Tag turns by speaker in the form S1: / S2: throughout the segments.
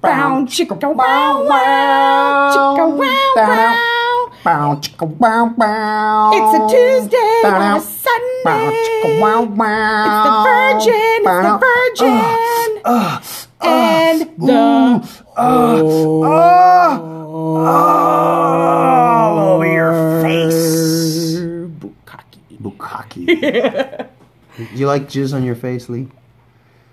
S1: Bow, chicka, bow, wow, wow. Chicka, wow, wow.
S2: Bow, chicka, wow, wow.
S1: It's a Tuesday on
S2: Bow,
S1: a Sunday.
S2: bow, chicka, wow, wow.
S1: It's the Virgin. It's
S2: Bow, uh,
S1: the Virgin. and the
S2: uh, All over your face.
S1: bukkake.
S2: Bukkake. you like jizz on your face, Lee?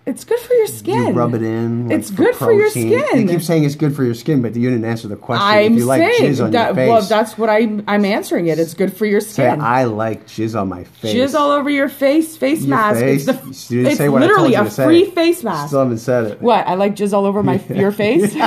S1: It's good for your
S2: Do
S1: skin.
S2: You rub it in. like,
S1: It's
S2: for
S1: good for your
S2: protein?
S1: skin.
S2: You keep saying it's good for your skin, but you didn't answer the question.
S1: I'm
S2: if you like
S1: saying
S2: jizz on
S1: that.
S2: your face,
S1: Well, that's what I'm. I'm answering it. It's good for your
S2: say
S1: skin.
S2: I like jizz on my face.
S1: Jizz all over your face. Face
S2: Your
S1: mask.
S2: face?
S1: It's, the,
S2: You didn't
S1: it's
S2: say what I told
S1: literally
S2: you
S1: a
S2: to say.
S1: free face mask.
S2: Still haven't said it.
S1: what? I like jizz all over my your face.
S2: You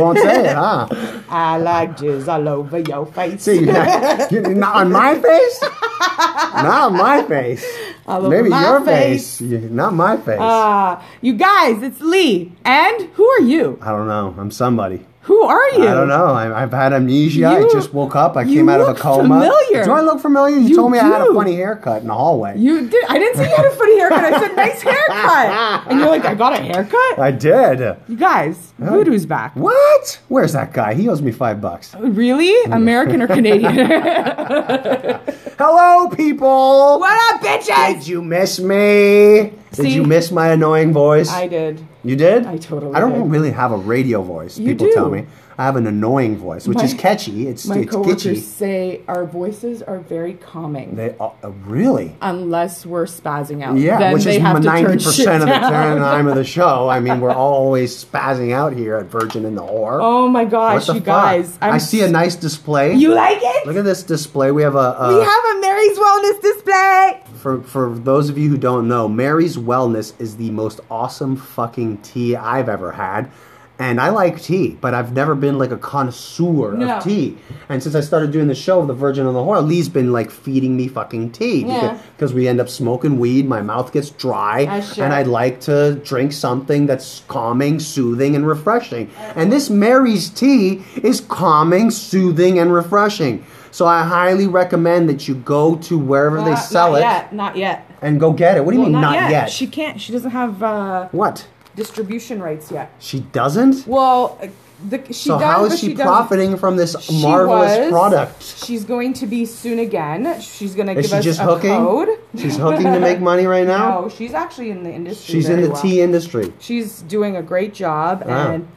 S2: won't say it, huh?
S1: I like jizz all over your face.
S2: See, you got- you- not on my face. Not on my face.
S1: All over
S2: Maybe
S1: my
S2: your
S1: face.
S2: face. Yeah, Not my face.
S1: Uh, you guys, it's Lee. And who are you?
S2: I don't know. I'm somebody.
S1: Who are you?
S2: I don't know. I, I've had amnesia.
S1: You-
S2: I just woke up. I
S1: you
S2: came out of a
S1: look
S2: coma.
S1: familiar.
S2: Do I look familiar? You,
S1: You
S2: told me I had
S1: do.
S2: a funny haircut in the hallway.
S1: You did. I didn't say you had a funny haircut. I said nice haircut. And you're like, I got a haircut.
S2: I did.
S1: You guys, voodoo's back.
S2: What? Where's that guy? He owes me five bucks.
S1: Really? American or Canadian?
S2: Hello, people.
S1: what up, bitches?
S2: Did you miss me?
S1: See?
S2: did you miss my annoying voice?
S1: I did.
S2: you did?
S1: I totally
S2: I don't
S1: did.
S2: really have a radio voice. people
S1: do.
S2: tell me I have an annoying voice, which
S1: My-
S2: is catchy. It's
S1: My
S2: it's
S1: coworkers
S2: kitschy.
S1: say our voices are very calming.
S2: They are, uh, really.
S1: Unless we're spazzing out,
S2: Yeah,
S1: then
S2: which
S1: they
S2: is
S1: have to turn
S2: ninety
S1: shit
S2: percent of the
S1: down.
S2: time of the show. I mean, we're always spazzing out here at Virgin and the Whore.
S1: Oh my
S2: What
S1: gosh,
S2: the
S1: you
S2: fuck?
S1: guys! I'm
S2: i see a nice display.
S1: You like it?
S2: Look at this display. We have a, a
S1: we have a Mary's Wellness display.
S2: for for those of you who don't know, Mary's Wellness is the most awesome fucking tea I've ever had. And I like tea, but I've never been like a connoisseur
S1: No.
S2: of tea. And since I started doing the show, The Virgin on the Horn, Lee's been like feeding me fucking tea
S1: Yeah.
S2: because we end up smoking weed. My mouth gets dry,
S1: As should.
S2: and I like to drink something that's calming, soothing, and refreshing. And this Mary's tea is calming, soothing, and refreshing. So I highly recommend that you go to wherever they
S1: Not-
S2: sell
S1: not
S2: it
S1: Yet, not yet.
S2: and go get it. What do you
S1: Well,
S2: mean not, yet?
S1: She can't. She doesn't have uh,
S2: what?
S1: distribution rights yet.
S2: She doesn't.
S1: Well, uh, the, she
S2: so
S1: does.
S2: how
S1: but
S2: is she,
S1: doesn't.
S2: profiting from this
S1: She
S2: marvelous
S1: was.
S2: product?
S1: She's going to be soon again. She's going to give
S2: Is she
S1: us
S2: just
S1: a
S2: hooking?
S1: code.
S2: She's hooking to make money right now.
S1: No, she's actually in the industry.
S2: She's in
S1: very
S2: the
S1: well.
S2: tea industry.
S1: She's doing a great job,
S2: Wow.
S1: and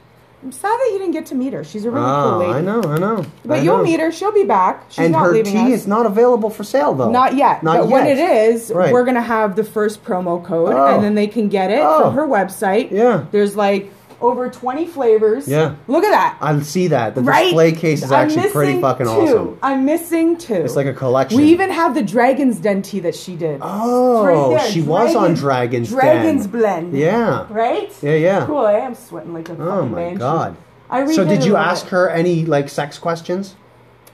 S1: I'm sad that you didn't get to meet her. She's a really cool
S2: Oh,
S1: lady.
S2: I know, I know.
S1: But
S2: I
S1: you'll
S2: know.
S1: meet her. She'll be back. She's
S2: And
S1: not
S2: her
S1: leaving
S2: tea
S1: us.
S2: is not available for sale though.
S1: Not yet.
S2: Not
S1: but
S2: yet.
S1: when it is,
S2: Right.
S1: we're gonna have the first promo code,
S2: Oh.
S1: and then they can get it
S2: Oh.
S1: from her website.
S2: Yeah.
S1: There's like over 20 flavors.
S2: Yeah.
S1: Look at that.
S2: I see that the
S1: right.
S2: display case is
S1: I'm
S2: actually pretty
S1: missing
S2: fucking
S1: two.
S2: awesome.
S1: I'm missing two.
S2: It's like a collection.
S1: We even have the Dragon's Den tea that she did.
S2: oh,
S1: Right there,
S2: she was on Dragon's Den.
S1: Dragon's Blend.
S2: Yeah.
S1: Right?
S2: Yeah, yeah.
S1: Cool, I am sweating like a fucking
S2: Oh my
S1: banshee.
S2: god.
S1: I redid
S2: so
S1: it
S2: did
S1: a
S2: you
S1: little
S2: ask
S1: bit.
S2: her any like sex questions?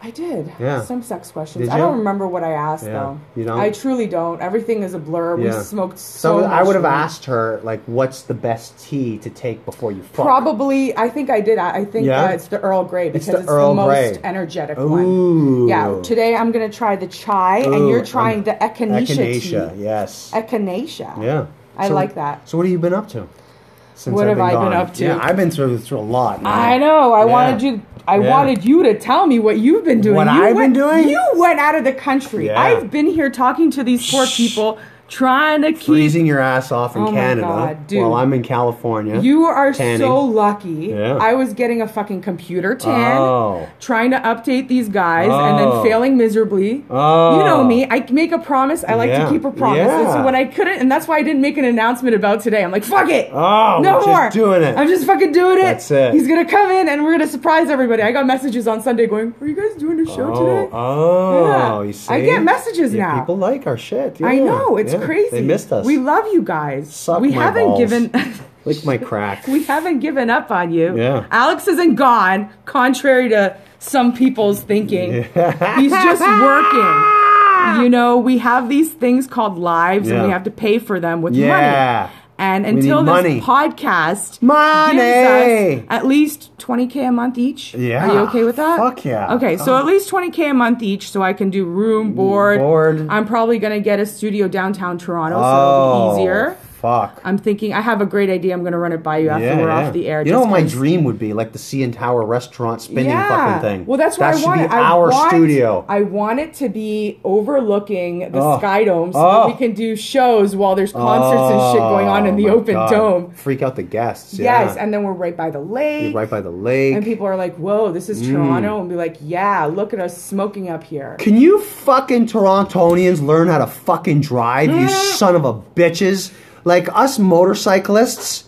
S1: I did.
S2: Yeah.
S1: Some sex questions.
S2: Did
S1: I
S2: you?
S1: don't remember what I asked
S2: Yeah.
S1: though.
S2: You don't?
S1: I truly don't. Everything is a blur. We smoked so
S2: So I
S1: much
S2: would have
S1: weed.
S2: asked her like, "What's the best tea to take before you fuck?"
S1: Probably, I think I did. I I think
S2: Yeah?
S1: uh, it's the Earl Grey because it's
S2: the
S1: the,
S2: Earl
S1: most
S2: Grey.
S1: energetic one.
S2: Ooh.
S1: Yeah. Today I'm gonna try the chai, and
S2: Ooh,
S1: you're trying
S2: um,
S1: the echinacea,
S2: Echinacea,
S1: tea.
S2: yes.
S1: Echinacea.
S2: yeah.
S1: I
S2: So-
S1: like that.
S2: So what have you been up to? Since
S1: What have
S2: I've been
S1: I been
S2: gone?
S1: up to?
S2: Yeah, I've been through through a lot. man.
S1: I know. I
S2: Yeah.
S1: wanted you. I
S2: Yeah.
S1: wanted you to tell me what you've been doing.
S2: What
S1: You
S2: I've
S1: went-
S2: been doing?
S1: You went out of the country.
S2: Yeah.
S1: I've been here talking to these poor people, trying to keep.
S2: Freezing your ass off in
S1: Oh my
S2: Canada
S1: God, dude.
S2: while I'm in California.
S1: You are
S2: tanning.
S1: so lucky.
S2: Yeah.
S1: I was getting a fucking computer tan,
S2: Oh.
S1: trying to update these guys, and then
S2: Oh.
S1: failing miserably.
S2: Oh.
S1: You know me. I make a promise. I like
S2: Yeah.
S1: to keep a promise. And so
S2: Yeah.
S1: when I couldn't, and that's why I didn't make an announcement about today. I'm like, fuck it.
S2: Oh,
S1: no
S2: we're just
S1: more.
S2: doing it.
S1: I'm just fucking doing it.
S2: That's it.
S1: He's gonna come in, and we're gonna surprise everybody. I got messages on Sunday going, "Are you guys doing a show
S2: Oh,
S1: today?"
S2: oh,
S1: Yeah.
S2: you see?
S1: I get messages
S2: Yeah,
S1: now.
S2: People like our shit.
S1: I
S2: yeah,
S1: know it's
S2: yeah.
S1: crazy.
S2: They missed us.
S1: We love you guys.
S2: Suck
S1: we
S2: my
S1: haven't
S2: balls.
S1: given.
S2: Lick my crack.
S1: We haven't given up on you.
S2: Yeah.
S1: Alex isn't gone, contrary to some people's thinking. He's just working. You know, we have these things called lives and
S2: Yeah.
S1: we have to pay for them with
S2: Yeah.
S1: money. And
S2: need
S1: until this
S2: money.
S1: podcast
S2: Money.
S1: gives us at least 20k a month each.
S2: Yeah.
S1: Are you okay with that?
S2: Fuck yeah.
S1: Okay, so at least 20k a month each so I can do room, board.
S2: Board.
S1: I'm probably going to get a studio downtown Toronto so it'll be easier.
S2: Oh, Fuck.
S1: I'm thinking I have a great idea. I'm going to run it by you after we're off the air.
S2: You know
S1: just
S2: what my
S1: 'cause-
S2: dream would be? Like the Sea and Tower restaurant spinning fucking thing.
S1: Well, that's what
S2: that
S1: I
S2: should
S1: want.
S2: be
S1: it. I
S2: our
S1: want-
S2: studio.
S1: I want it to be overlooking the
S2: Oh.
S1: Sky Dome so
S2: Oh.
S1: that we can do shows while there's concerts and shit going on in the
S2: Oh, my
S1: open
S2: God.
S1: dome.
S2: Freak out the guests. Yeah.
S1: Yes, and then we're right by the lake.
S2: You're right by the lake. Mm.
S1: and people are like, "Whoa, this is Toronto," and be like, "Yeah, look at us smoking up here."
S2: Can you fucking Torontonians learn how to fucking drive,
S1: Mm.
S2: you son of a bitches? Like us motorcyclists,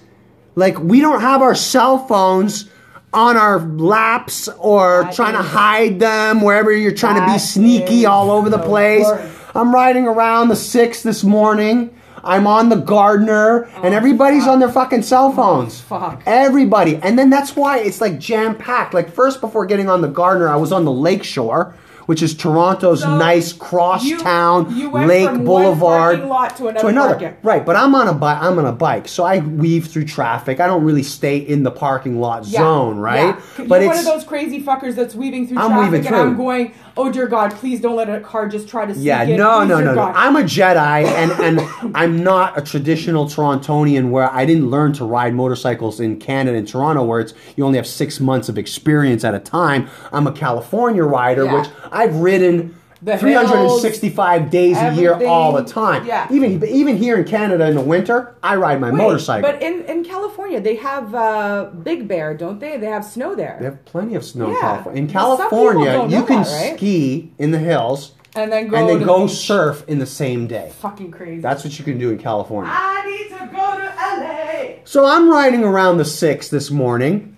S2: like we don't have our cell phones on our laps or
S1: That
S2: trying to
S1: is-
S2: hide them wherever you're trying to be
S1: that
S2: sneaky
S1: is
S2: all over the
S1: the
S2: place.
S1: worst.
S2: I'm riding around the six this morning. I'm on the gardener, and everybody's on their fucking cell phones.
S1: Oh, fuck.
S2: Everybody. And then that's why it's like jam packed. Like, first, before getting on the Gardener, I was on the Lake Shore, which is Toronto's
S1: So,
S2: nice cross
S1: you-
S2: town
S1: you went
S2: Lake
S1: from one
S2: Boulevard
S1: parking lot to another parking.
S2: Right, but I'm on a bike. I'm on a bike, so I weave through traffic. I don't really stay in the parking lot
S1: Yeah,
S2: zone, right?
S1: yeah.
S2: But
S1: You're one
S2: it's
S1: of those crazy fuckers that's weaving through
S2: I'm
S1: traffic,
S2: weaving
S1: and I'm
S2: through.
S1: going, "Oh dear God, please don't let a car just try to sneak
S2: Yeah,
S1: in."
S2: no,
S1: Please,
S2: no,
S1: dear
S2: no, no.
S1: God."
S2: I'm a Jedi, and and I'm not a traditional Torontonian where I didn't learn to ride motorcycles in Canada and Toronto, where it's you only have six months of experience at a time. I'm a California rider,
S1: Yeah.
S2: which I've ridden.
S1: The
S2: 365 days a year,
S1: everything.
S2: all the time.
S1: Yeah.
S2: Even even here in Canada in the winter, I ride my
S1: Wait,
S2: motorcycle.
S1: But in, in California, they have uh, Big Bear, don't they? They have snow there.
S2: They have plenty of snow in
S1: Yeah.
S2: California. In
S1: Well, some people
S2: California,
S1: don't
S2: you
S1: know
S2: can
S1: that, right?
S2: ski in the hills
S1: And then go
S2: and then
S1: to
S2: go
S1: the beach.
S2: surf in the same day.
S1: Fucking crazy.
S2: That's what you can do in California.
S1: I need to go to
S2: So I'm riding around the six this morning,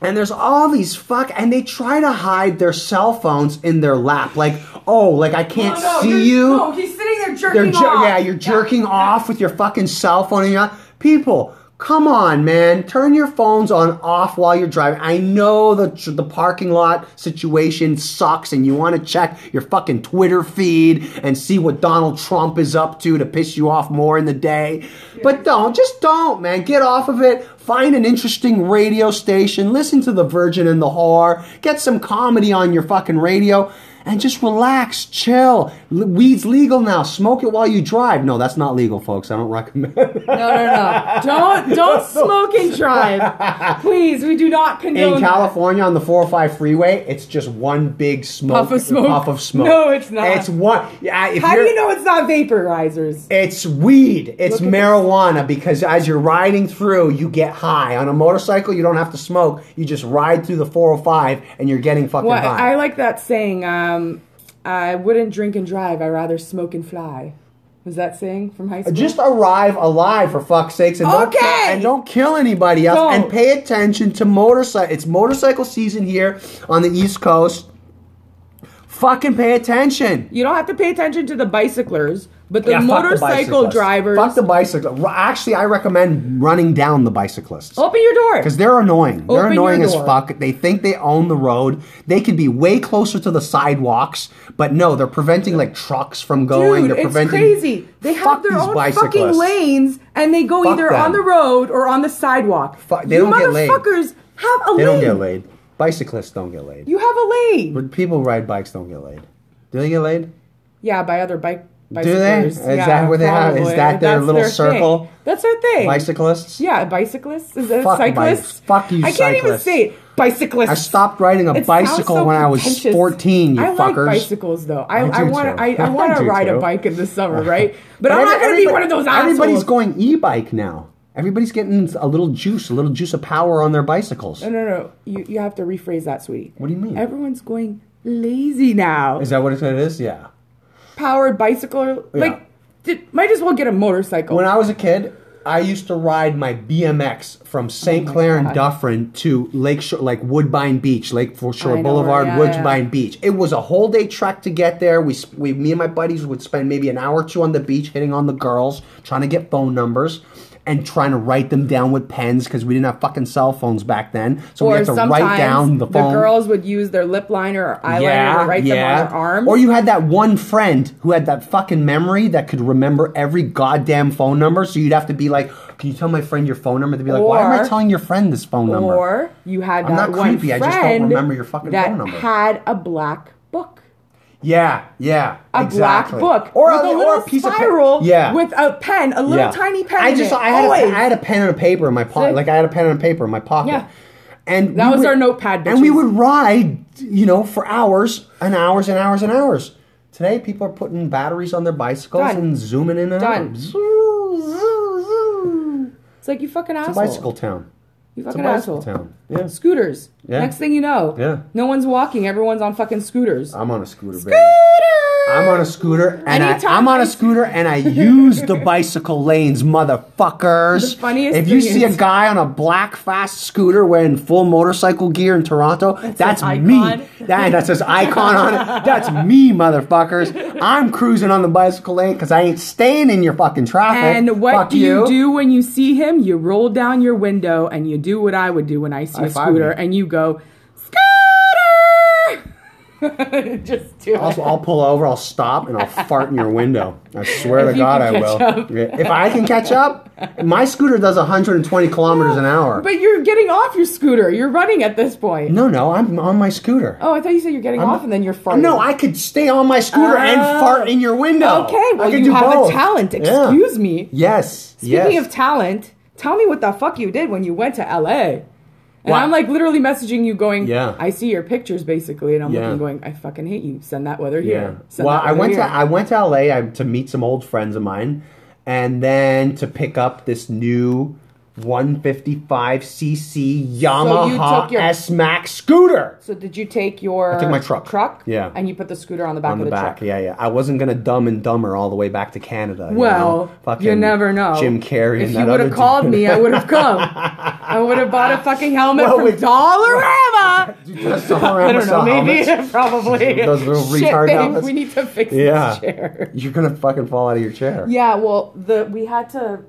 S2: and there's all these fuck, and they try to hide their cell phones in their lap, like, oh, like I
S1: LA.
S2: can't
S1: No, no, you're-
S2: see you.
S1: No, he's sitting there jerking
S2: They're jer-
S1: off.
S2: yeah, you're jerking off with your fucking cell phone. And you're not- people, come on, man, turn your phones on off while you're driving. I know the the parking lot situation sucks, and you want to check your fucking Twitter feed and see what Donald Trump is up to to piss you off more in the day. But don't, just don't, man. Get off of it. Find an interesting radio station. Listen to The Virgin and the Whore. Get some comedy on your fucking radio and just relax, chill. L- weed's legal now. Smoke it while you drive. No, that's not legal, folks. I don't recommend.
S1: No, no, no. Don't don't smoke and drive. Please, we do not condone
S2: In California on the 405 freeway, it's just one big smoke
S1: Puff of smoke.
S2: puff of smoke.
S1: No, it's not.
S2: It's one. Yeah, if
S1: that. How do
S2: you're-
S1: you know it's not vaporizers?
S2: It's weed. It's
S1: Look at this.
S2: marijuana because as you're riding through, you get high. On a motorcycle, you don't have to smoke. You just ride through the 405 and you're getting fucking
S1: Well,
S2: high.
S1: I like that saying. Um, I wouldn't drink and drive. I rather smoke and fly. Was that saying from high school?
S2: Uh, just arrive alive for fuck's sakes and don't kill,
S1: Okay.
S2: and don't kill anybody else and
S1: Don't.
S2: pay attention to motorcycle it's motorcycle season here on the east coast fucking pay attention
S1: You don't have to pay attention to the bicyclers, but the
S2: Yeah, fuck
S1: motorcycle
S2: bicyclists.
S1: drivers.
S2: fuck the bicycle actually i recommend running down the bicyclists
S1: open your door.
S2: Because they're annoying. they're
S1: Oh. Open
S2: annoying
S1: your
S2: as
S1: door.
S2: fuck. They think they own the road. They could be way closer to the sidewalks, but no, they're preventing like trucks from going.
S1: Dude,
S2: they're
S1: it's
S2: preventing.
S1: crazy. They
S2: Fuck
S1: have their
S2: these
S1: own fucking
S2: bicyclists.
S1: lanes, and they go
S2: Fuck
S1: either
S2: them.
S1: on the road or on the sidewalk.
S2: Fuck- they
S1: you
S2: don't get laid.
S1: motherfuckers have a lane.
S2: They don't get laid. Bicyclists don't get laid.
S1: You have a lane.
S2: But people who ride bikes don't get laid. Do they get laid?
S1: Yeah, by other bike
S2: Do they?
S1: bicyclers.
S2: Is
S1: Yeah,
S2: that what they have? Is
S1: probably.
S2: that their
S1: That's
S2: little
S1: thing.
S2: circle?
S1: That's their thing.
S2: Bicyclists?
S1: Yeah, bicyclists. Is that
S2: Fuck
S1: cyclists?
S2: bikes. Fuck you,
S1: I can't even
S2: cyclists.
S1: say it. Bicyclists.
S2: I stopped riding a
S1: It sounds
S2: bicycle
S1: so
S2: when I was
S1: pretentious.
S2: 14, you
S1: I
S2: fuckers.
S1: like bicycles though. I,
S2: I do
S1: I, want
S2: too.
S1: to. I,
S2: I
S1: I want
S2: do
S1: to ride
S2: too.
S1: a bike in the summer, right? But, I'm
S2: every-
S1: not going to be
S2: everybody-
S1: one of those assholes.
S2: Everybody's going e-bike now. Everybody's getting a little juice, a little juice of power on their bicycles.
S1: No, no, no. You you have to rephrase that, sweetie.
S2: What do you mean?
S1: Everyone's going lazy now.
S2: Is that what it is? Yeah.
S1: Powered bicycle, or,
S2: Yeah.
S1: like, did, might as well get a motorcycle.
S2: When I was a kid, I used to ride my BMX from St. Clair and
S1: Oh God.
S2: Dufferin to Lake Shore, like Woodbine Beach, Lake Shore
S1: I know,
S2: Boulevard,
S1: yeah,
S2: Woodbine
S1: yeah.
S2: Beach. It was a whole day trek to get there. We, sp- we, me and my buddies would spend maybe an hour or two on the beach hitting on the girls, trying to get phone numbers. And trying to write them down with pens because we didn't have fucking cell phones back then, so we
S1: or
S2: had to
S1: sometimes
S2: write down the
S1: the,
S2: phone.
S1: girls would use their lip liner or eyeliner to write them on their arms.
S2: Or you had that one friend who had that fucking memory that could remember every goddamn phone number. So you'd have to be like, "Can you tell my friend your phone number?" They'd be like, "Why am I
S1: Or-
S2: telling your friend this phone number?"
S1: Or you had
S2: I'm
S1: that
S2: not
S1: one
S2: creepy, I
S1: friend
S2: just don't remember your fucking
S1: that
S2: phone number.
S1: had a black book.
S2: Yeah, yeah,
S1: a
S2: exactly.
S1: black book
S2: or
S1: with a,
S2: or
S1: little
S2: piece of pa-
S1: spiral
S2: yeah,
S1: with a pen, a little
S2: yeah.
S1: tiny pen.
S2: I
S1: in
S2: just
S1: it,
S2: I had
S1: always.
S2: A, I had a pen and a paper in my pocket.
S1: See?
S2: Like I had a pen and a paper in my pocket.
S1: Yeah.
S2: And
S1: That
S2: we
S1: was
S2: would-
S1: our notepad,
S2: And we
S1: bitches.
S2: would ride, you know, for hours and hours and hours and hours. Today, people are putting batteries on their bicycles
S1: Done.
S2: and zooming in and
S1: Done.
S2: out. Zoo, zoo, zoo.
S1: it's like you fucking
S2: It's a
S1: asshole.
S2: bicycle town.
S1: You
S2: It's a
S1: fucking
S2: bicycle
S1: asshole.
S2: town. Yeah.
S1: Scooters.
S2: Yeah.
S1: Next thing you know,
S2: Yeah.
S1: no one's walking. Everyone's on fucking scooters.
S2: I'm on a scooter, baby. I'm on a scooter and I,
S1: Anytime
S2: I'm on
S1: I
S2: a
S1: see-
S2: scooter and I use the bicycle lanes, motherfuckers.
S1: The funniest
S2: if you
S1: thing
S2: see
S1: is-
S2: a guy on a black fast scooter wearing full motorcycle gear in Toronto, that's
S1: says
S2: me.
S1: icon.
S2: That, that says icon on it. That's me, motherfuckers. I'm cruising on the bicycle lane because I ain't staying in your fucking traffic.
S1: And what
S2: Fuck
S1: do you. do when you see him? You roll down your window and you do what I would do when I see
S2: High
S1: a
S2: five
S1: scooter
S2: me.
S1: and you go, Scooter! Just do it.
S2: Also, I'll pull over, I'll stop, and I'll fart in your window. I swear to
S1: you
S2: God, I
S1: can
S2: will.
S1: catch up.
S2: Yeah. If I can catch up, my scooter does 120 kilometers an hour.
S1: But you're getting off your scooter. You're running at this point.
S2: No, no, I'm on my scooter.
S1: Oh, I thought you said you're getting off and then you're farting.
S2: No, I could stay on my scooter and
S1: Oh.
S2: fart in your window.
S1: Okay,
S2: I
S1: well,
S2: could
S1: you
S2: do
S1: have
S2: both.
S1: a talent.
S2: Yeah.
S1: Excuse me.
S2: Yes.
S1: Speaking
S2: yes.
S1: of talent, tell me what the fuck you did when you went to LA. And
S2: Why-
S1: I'm like literally messaging you going,
S2: Yeah.
S1: I see your pictures basically, and I'm
S2: Yeah.
S1: looking going, I fucking hate you. Send that weather
S2: Yeah.
S1: here. Send
S2: Well,
S1: that
S2: I
S1: weather
S2: went to
S1: here."
S2: I went to LA I, to meet some old friends of mine, and then to pick up this new 155 cc Yamaha
S1: took your-
S2: S Max scooter.
S1: So did you take your I
S2: took my truck. Yeah.
S1: And you put the scooter on the back
S2: on
S1: of
S2: the
S1: the,
S2: back.
S1: truck.
S2: Yeah, yeah. I wasn't gonna dumb and dumber all the way back to Canada. you
S1: Well,
S2: know?
S1: you, never know.
S2: Jim Carrey.
S1: If
S2: and
S1: you
S2: that
S1: would
S2: other
S1: have
S2: dude.
S1: called me, I would have come. I would have bought a fucking helmet
S2: Well,
S1: from
S2: with-
S1: Dollarama.
S2: Just all
S1: I
S2: around
S1: don't know,
S2: us,
S1: maybe,
S2: helmets.
S1: probably.
S2: Those little
S1: Shit,
S2: retard
S1: babe,
S2: helmets.
S1: we need to fix
S2: Yeah.
S1: this chair.
S2: You're gonna fucking fall out of your chair.
S1: Yeah, well, the we had to.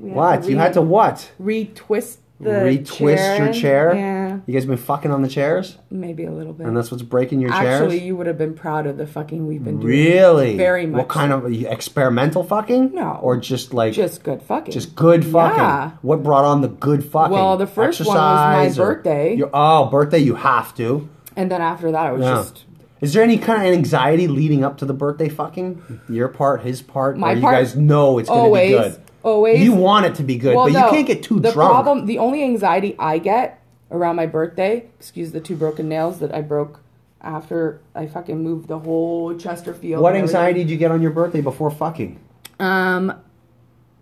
S1: We had
S2: What? You had to what?
S1: retwist the
S2: Retwist your chair?
S1: Yeah,
S2: You guys been fucking on the chairs?
S1: maybe a little bit.
S2: And that's what's breaking your
S1: Actually,
S2: chairs?
S1: you would have been proud of the fucking we've been doing.
S2: Really?
S1: Very much
S2: What kind of experimental fucking?
S1: No.
S2: Or just like
S1: Just good fucking.
S2: just good fucking.
S1: Yeah.
S2: What brought on the good fucking?
S1: Well, the first one was my
S2: Exercise or-
S1: birthday.
S2: Your, oh, birthday! You have to.
S1: and then after that, it was
S2: Yeah.
S1: just
S2: Is there any kind of anxiety leading up to the birthday fucking? Your part, his part,
S1: My
S2: where
S1: part?
S2: you guys know it's going to be
S1: Always,
S2: good.
S1: always.
S2: You want it to be good,
S1: Well,
S2: but
S1: no,
S2: you can't get too
S1: the
S2: drunk.
S1: problem, the only anxiety I get around my birthday, excuse the two broken nails that I broke after I fucking moved the whole Chesterfield.
S2: what
S1: and everything.
S2: anxiety did you get on your birthday before fucking?
S1: Um,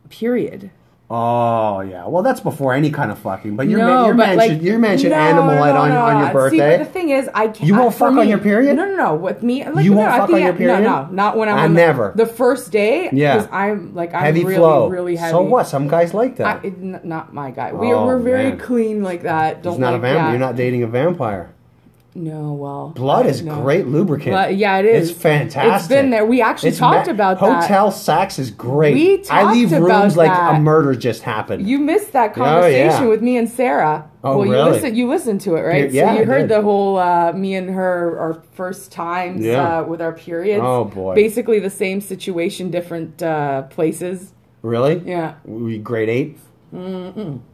S1: period.
S2: Oh yeah, well that's before any kind of fucking. But your
S1: no,
S2: man, your
S1: but
S2: man
S1: like,
S2: should your man should
S1: no,
S2: animal
S1: no,
S2: it on,
S1: no,
S2: on
S1: no.
S2: your
S1: See,
S2: birthday.
S1: but the thing is, I can't.
S2: You won't
S1: for
S2: fuck on
S1: me-
S2: your period?
S1: No, no, no. With me, like,
S2: You
S1: no,
S2: won't
S1: at
S2: fuck
S1: the
S2: on your
S1: end-
S2: period?
S1: No, no, not when I'm.
S2: I
S1: on the-
S2: never.
S1: The first day.
S2: Yeah.
S1: because I'm like I'm
S2: heavy
S1: really,
S2: flow,
S1: really heavy.
S2: So what? Some guys like
S1: I,
S2: that.
S1: it- n- not my guy. We
S2: Oh,
S1: we're very
S2: man.
S1: clean like that. Don't
S2: He's not a
S1: like
S2: vampire.
S1: that.
S2: You're not dating a vampire.
S1: No, well,
S2: Blood is
S1: no.
S2: great lubricant.
S1: Blood- yeah, it is.
S2: It's fantastic.
S1: It's been there. We actually talked
S2: ma-
S1: about that.
S2: hotel sex is great.
S1: We
S2: I leave
S1: talked
S2: rooms
S1: about
S2: like
S1: that.
S2: a murder just happened.
S1: You missed that
S2: Oh, yeah.
S1: conversation with me and Sarah.
S2: Oh,
S1: well,
S2: really?
S1: you listened. You listened to it, right?
S2: Yeah,
S1: so
S2: I
S1: you heard
S2: did.
S1: the whole uh, me and her our first times
S2: Yeah.
S1: uh, with our periods.
S2: Oh, boy.
S1: Basically the same situation, different uh, places.
S2: really?
S1: Yeah,
S2: We grade 8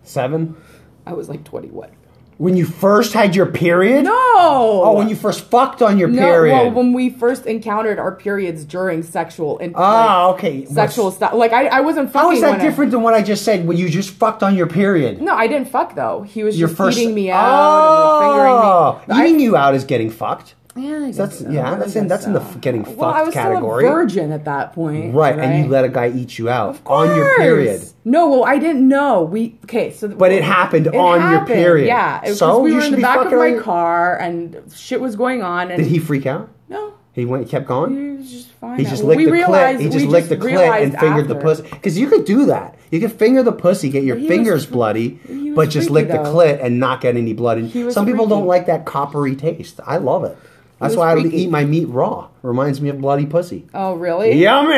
S2: seven.
S1: I was like twenty-one.
S2: When you first had your period.
S1: No.
S2: Oh, when you first fucked on your
S1: no,
S2: period.
S1: well, when we first encountered our periods during sexual and
S2: oh, okay.
S1: sexual stuff, like I, I wasn't fucking.
S2: How is that
S1: when I-
S2: different than what I just said? When you just fucked on your period.
S1: No, I didn't fuck though. He was
S2: Your
S1: just
S2: first
S1: eating me
S2: Oh,
S1: out, and, like, fingering me.
S2: Eating you out is getting fucked.
S1: Yeah, I guess
S2: That's
S1: so.
S2: yeah.
S1: I
S2: That's in
S1: guess
S2: that's in the
S1: so.
S2: f- getting fucked
S1: well, I was
S2: category.
S1: still a virgin at that point,
S2: Right, and you let a guy eat you out on
S1: Of
S2: your
S1: course.
S2: period.
S1: No, well, I didn't know. We okay, so
S2: But it happened on your period.
S1: Yeah, it, 'cause
S2: So
S1: we
S2: you
S1: were in
S2: should
S1: the
S2: be
S1: back of
S2: fucking
S1: my
S2: on-
S1: car, and shit was going on, and
S2: Did he freak out?
S1: no,
S2: He went, kept going.
S1: he was just fine.
S2: He just licked
S1: we
S2: the clit.
S1: realized,
S2: He just
S1: we
S2: licked the
S1: just
S2: clit and
S1: realized
S2: fingered the
S1: after.
S2: pussy. Because you could do that. You could finger the pussy, get your
S1: But he
S2: fingers
S1: was-
S2: bloody,
S1: he was
S2: but just lick
S1: freaky,
S2: the
S1: though.
S2: clit and not get any blood.
S1: He
S2: And
S1: was
S2: some people
S1: freaky.
S2: don't like that coppery taste. I love it. That's
S1: was
S2: why I
S1: freaky.
S2: eat my meat raw. Reminds me of bloody pussy.
S1: Oh, really?
S2: Yummy,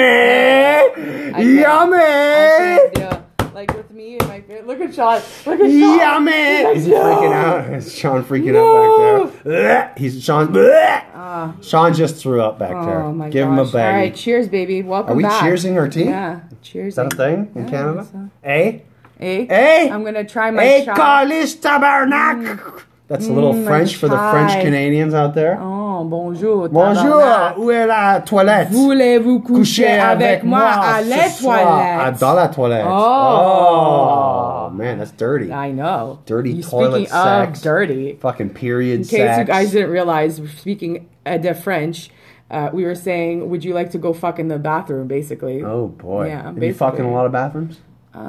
S1: can't-
S2: yummy,
S1: Yeah. Like with me and my look at Sean. Look at Sean.
S2: yummy. Is he freaking out? Is Sean freaking out back there? Blech. He's Sean. blech. Sean just threw up back there.
S1: Ah. Oh my
S2: Give
S1: gosh.
S2: him a bag.
S1: All right, cheers, baby. Welcome
S2: Are we
S1: back.
S2: cheersing our tea?
S1: Yeah, cheers.
S2: Is that a thing in Canada?
S1: so.
S2: Eh?
S1: Hey,
S2: Eh?
S1: I'm gonna try my
S2: Eh,
S1: shot.
S2: Carlis Tabarnak. That's a little
S1: Mm, my
S2: French for the French
S1: chai.
S2: Canadians out there.
S1: Oh, bonjour.
S2: Bonjour,
S1: tabarnak.
S2: où est la toilette?
S1: Voulez-vous coucher
S2: Coucher
S1: avec moi à
S2: ce
S1: la
S2: soir. Ah,
S1: toilette?
S2: dans la toilette.
S1: Oh.
S2: Oh, man, that's dirty.
S1: I know.
S2: Dirty
S1: You-
S2: toilet
S1: Speaking of
S2: sex.
S1: dirty,
S2: Fucking
S1: in
S2: period
S1: case you
S2: sex.
S1: guys didn't realize, we're speaking uh, de French, uh, we were saying, would you like to go fuck in the bathroom, basically?
S2: Oh boy.
S1: Yeah,
S2: Have you fucking
S1: basically. Um,
S2: a lot of bathrooms?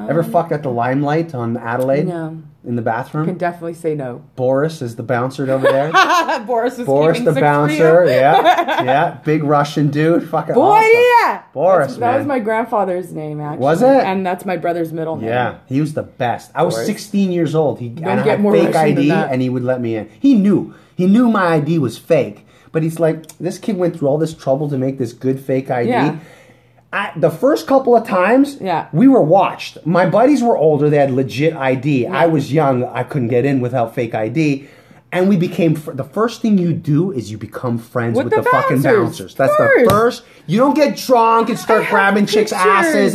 S2: Ever fucked at the Limelight on Adelaide?
S1: No.
S2: In the bathroom?
S1: can definitely say no.
S2: Boris is the bouncer over there.
S1: Boris was
S2: Boris
S1: keeping
S2: the
S1: six for you.
S2: bouncer, yeah, yeah, big Russian dude, fucking
S1: Boy,
S2: awesome.
S1: yeah.
S2: Boris,
S1: That's- that was my
S2: man.
S1: grandfather's name, actually.
S2: Was it?
S1: And that's my brother's middle name.
S2: Yeah, he was the best. I was
S1: Boris.
S2: 16 years old. He and I
S1: get
S2: had
S1: more
S2: fake
S1: Russian than
S2: ID,
S1: that.
S2: and he would let me in. He knew. He knew my ID was fake, but he's like, this kid went through all this trouble to make this good fake ID.
S1: Yeah.
S2: I, the first couple of times,
S1: Yeah.
S2: we were watched. My buddies were older; they had legit ID. I was young; I couldn't get in without fake ID. And we became fr- the first thing you do is you become friends
S1: With
S2: with,
S1: the
S2: the, fucking
S1: bouncers,
S2: bouncers. That's the
S1: first.
S2: first. You don't get drunk and start
S1: have
S2: grabbing chicks' asses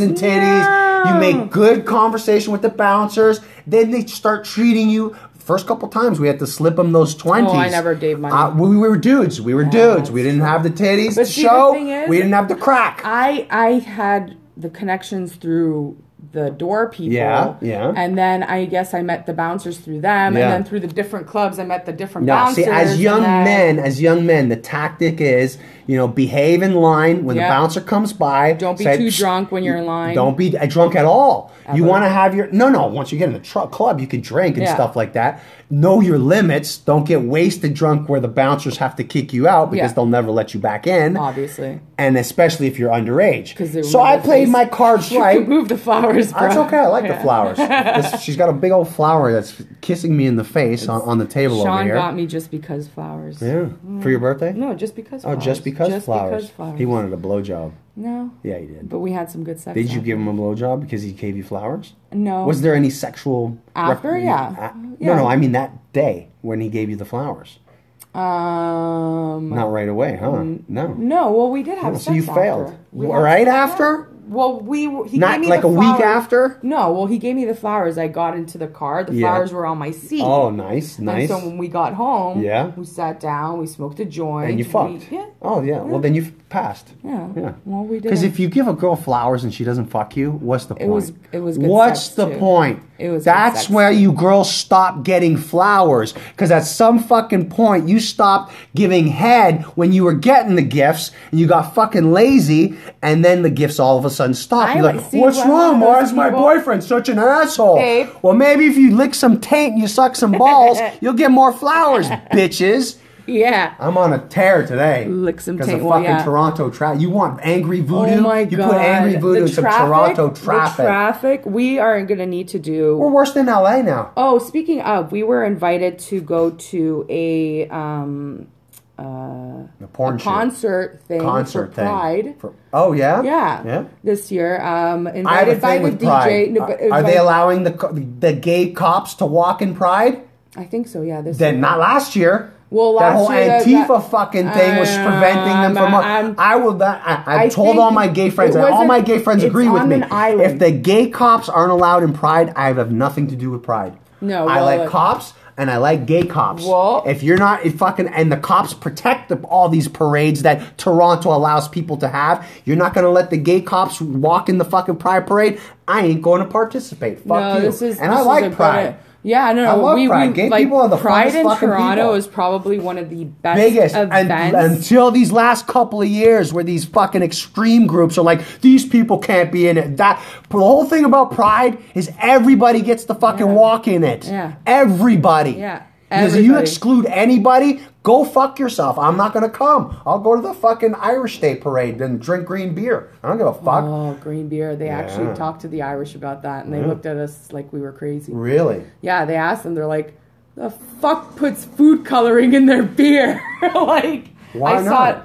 S1: pictures.
S2: and titties. You
S1: No.
S2: make good conversation with the bouncers. Then they start treating you. First couple times we had to slip them those twenties.
S1: Oh, never gave money. Oh,
S2: Uh, we were dudes. We were dudes. We didn't have the titties
S1: But
S2: to
S1: see, the
S2: show.
S1: thing is-
S2: we didn't have the crack.
S1: I I had the connections through the door people.
S2: Yeah, yeah.
S1: And then I guess I met the bouncers through them,
S2: Yeah.
S1: and then through the different clubs I met the different
S2: no,
S1: bouncers.
S2: see, as
S1: and
S2: young
S1: then-
S2: men, as young men, the tactic is, you know, behave in line when
S1: Yeah.
S2: the bouncer comes by.
S1: Don't be
S2: say,
S1: too
S2: "Psst,
S1: drunk when you're in line.
S2: Don't be uh, drunk at all. You
S1: Ever.
S2: want to have your no, no. Once you get in the tru- club, you can drink and
S1: Yeah.
S2: stuff like that. Know your limits. Don't get wasted drunk where the bouncers have to kick you out because
S1: Yeah.
S2: they'll never let you back in.
S1: obviously.
S2: And especially if you're underage.
S1: 'Cause they
S2: So
S1: remove
S2: I
S1: their
S2: played
S1: face.
S2: my cards
S1: You
S2: right.
S1: can move the flowers, bro.
S2: That's okay. I like the
S1: Yeah.
S2: flowers. This- she's got a big old flower that's kissing me in the face on, on the table over
S1: Sean
S2: here.
S1: got me just because flowers.
S2: Yeah. For your birthday?
S1: Mm. No, just because.
S2: Oh,
S1: Flowers.
S2: just because
S1: just
S2: flowers.
S1: Because flowers.
S2: He wanted a blowjob.
S1: No.
S2: Yeah, he did.
S1: But we had some good sex.
S2: Did you
S1: after.
S2: give him a blowjob because he gave you flowers?
S1: No.
S2: Was there any sexual
S1: Oh. After? Yeah. Mm,
S2: Ah,
S1: Yeah.
S2: No, no. I mean that day when he gave you the flowers.
S1: Um.
S2: Not right away, huh?
S1: mm,
S2: No.
S1: No. Well, we did have.
S2: Oh, So
S1: sex
S2: you
S1: after.
S2: failed.
S1: We had
S2: Right
S1: sex
S2: after?
S1: Well, we were- he gave
S2: Not
S1: me
S2: like
S1: the
S2: a week
S1: flowers.
S2: after.
S1: No, well, he gave me the flowers. I got into the car. The
S2: Yeah.
S1: flowers were on my seat.
S2: Oh, nice, nice.
S1: And so when we got home,
S2: Yeah.
S1: we sat down, we smoked a joint,
S2: and you
S1: we-
S2: fucked.
S1: yeah,
S2: Oh yeah. Well, then you passed.
S1: yeah,
S2: Yeah.
S1: Well, we did.
S2: Because if you give a girl flowers and she doesn't fuck you, what's the point?
S1: was- it was good
S2: what's
S1: sex,
S2: the
S1: too.
S2: point?
S1: It was good
S2: That's
S1: sex.
S2: where you girls stop getting flowers. Because at some fucking point, you stopped giving head when you were getting the gifts, and you got fucking lazy, and then the gifts all of a sudden stop.
S1: I
S2: You're
S1: like-
S2: like,
S1: see,
S2: what's
S1: when
S2: wrong?
S1: those
S2: Why is my
S1: people-
S2: boyfriend such an asshole?
S1: Babe.
S2: Well, maybe if you lick some taint and you suck some balls, you'll get more flowers, bitches.
S1: yeah,
S2: I'm on a tear today.
S1: Lick some
S2: Because of
S1: taint,
S2: fucking
S1: well, yeah.
S2: Toronto traffic. You want angry voodoo?
S1: oh my
S2: you
S1: god,
S2: put angry voodoo
S1: the
S2: in some
S1: traffic-
S2: Toronto
S1: the
S2: traffic.
S1: traffic. We are going to need to do.
S2: We're worse than LA now.
S1: Oh, speaking of, we were invited to go to a um uh,
S2: The porn
S1: a
S2: shit.
S1: concert thing
S2: concert
S1: Oh, for
S2: thing.
S1: Pride.
S2: For- oh yeah.
S1: yeah,
S2: Yeah.
S1: this year. Um,
S2: I have a
S1: invited
S2: thing
S1: by the
S2: with Pride.
S1: DJ. no, but
S2: Are- Are they
S1: invited-
S2: allowing the co- the gay cops to walk in Pride?
S1: I think so. Yeah, this
S2: Then
S1: year.
S2: not last year.
S1: Well,
S2: that
S1: last
S2: whole
S1: year that-
S2: Antifa
S1: that-
S2: fucking thing was
S1: Um,
S2: preventing them from.
S1: I'm-
S2: I will. Not, I, I've
S1: I
S2: told
S1: think
S2: all my gay friends,
S1: it
S2: and all
S1: wasn't-
S2: my gay friends
S1: it's
S2: agree with
S1: on
S2: me.
S1: an island.
S2: If the gay cops aren't allowed in Pride, I have nothing to do with Pride.
S1: No,
S2: I
S1: well,
S2: like
S1: it-
S2: cops and I like gay cops.
S1: Well-
S2: if you're not, if fucking and the cops protect the, all these parades that Toronto allows people to have, you're not gonna let the gay cops walk in the fucking Pride parade. I ain't going to participate. Fuck
S1: no,
S2: you.
S1: this is
S2: and
S1: this
S2: I
S1: is a
S2: like
S1: good-
S2: Pride.
S1: Yeah, no,
S2: I
S1: no,
S2: love
S1: we,
S2: Pride.
S1: we
S2: Gay
S1: like
S2: people are the
S1: Pride
S2: funnest
S1: in
S2: fucking
S1: Toronto
S2: people.
S1: is probably one of the best
S2: biggest and,
S1: events.
S2: until these last couple of years where these fucking extreme groups are like these people can't be in it that the whole thing about pride is everybody gets to fucking
S1: Yeah.
S2: walk in it
S1: Yeah.
S2: everybody
S1: Yeah.
S2: because if you
S1: Everybody.
S2: exclude anybody go fuck yourself i'm not gonna come i'll go to the fucking irish day parade and drink green beer i don't give a fuck
S1: Oh, green beer. They actually
S2: Yeah.
S1: talked to the Irish about that and they looked at us like we were crazy.
S2: really
S1: Yeah, they asked them, they're like, the fuck puts food coloring in their beer? like,
S2: why
S1: I
S2: not
S1: saw it.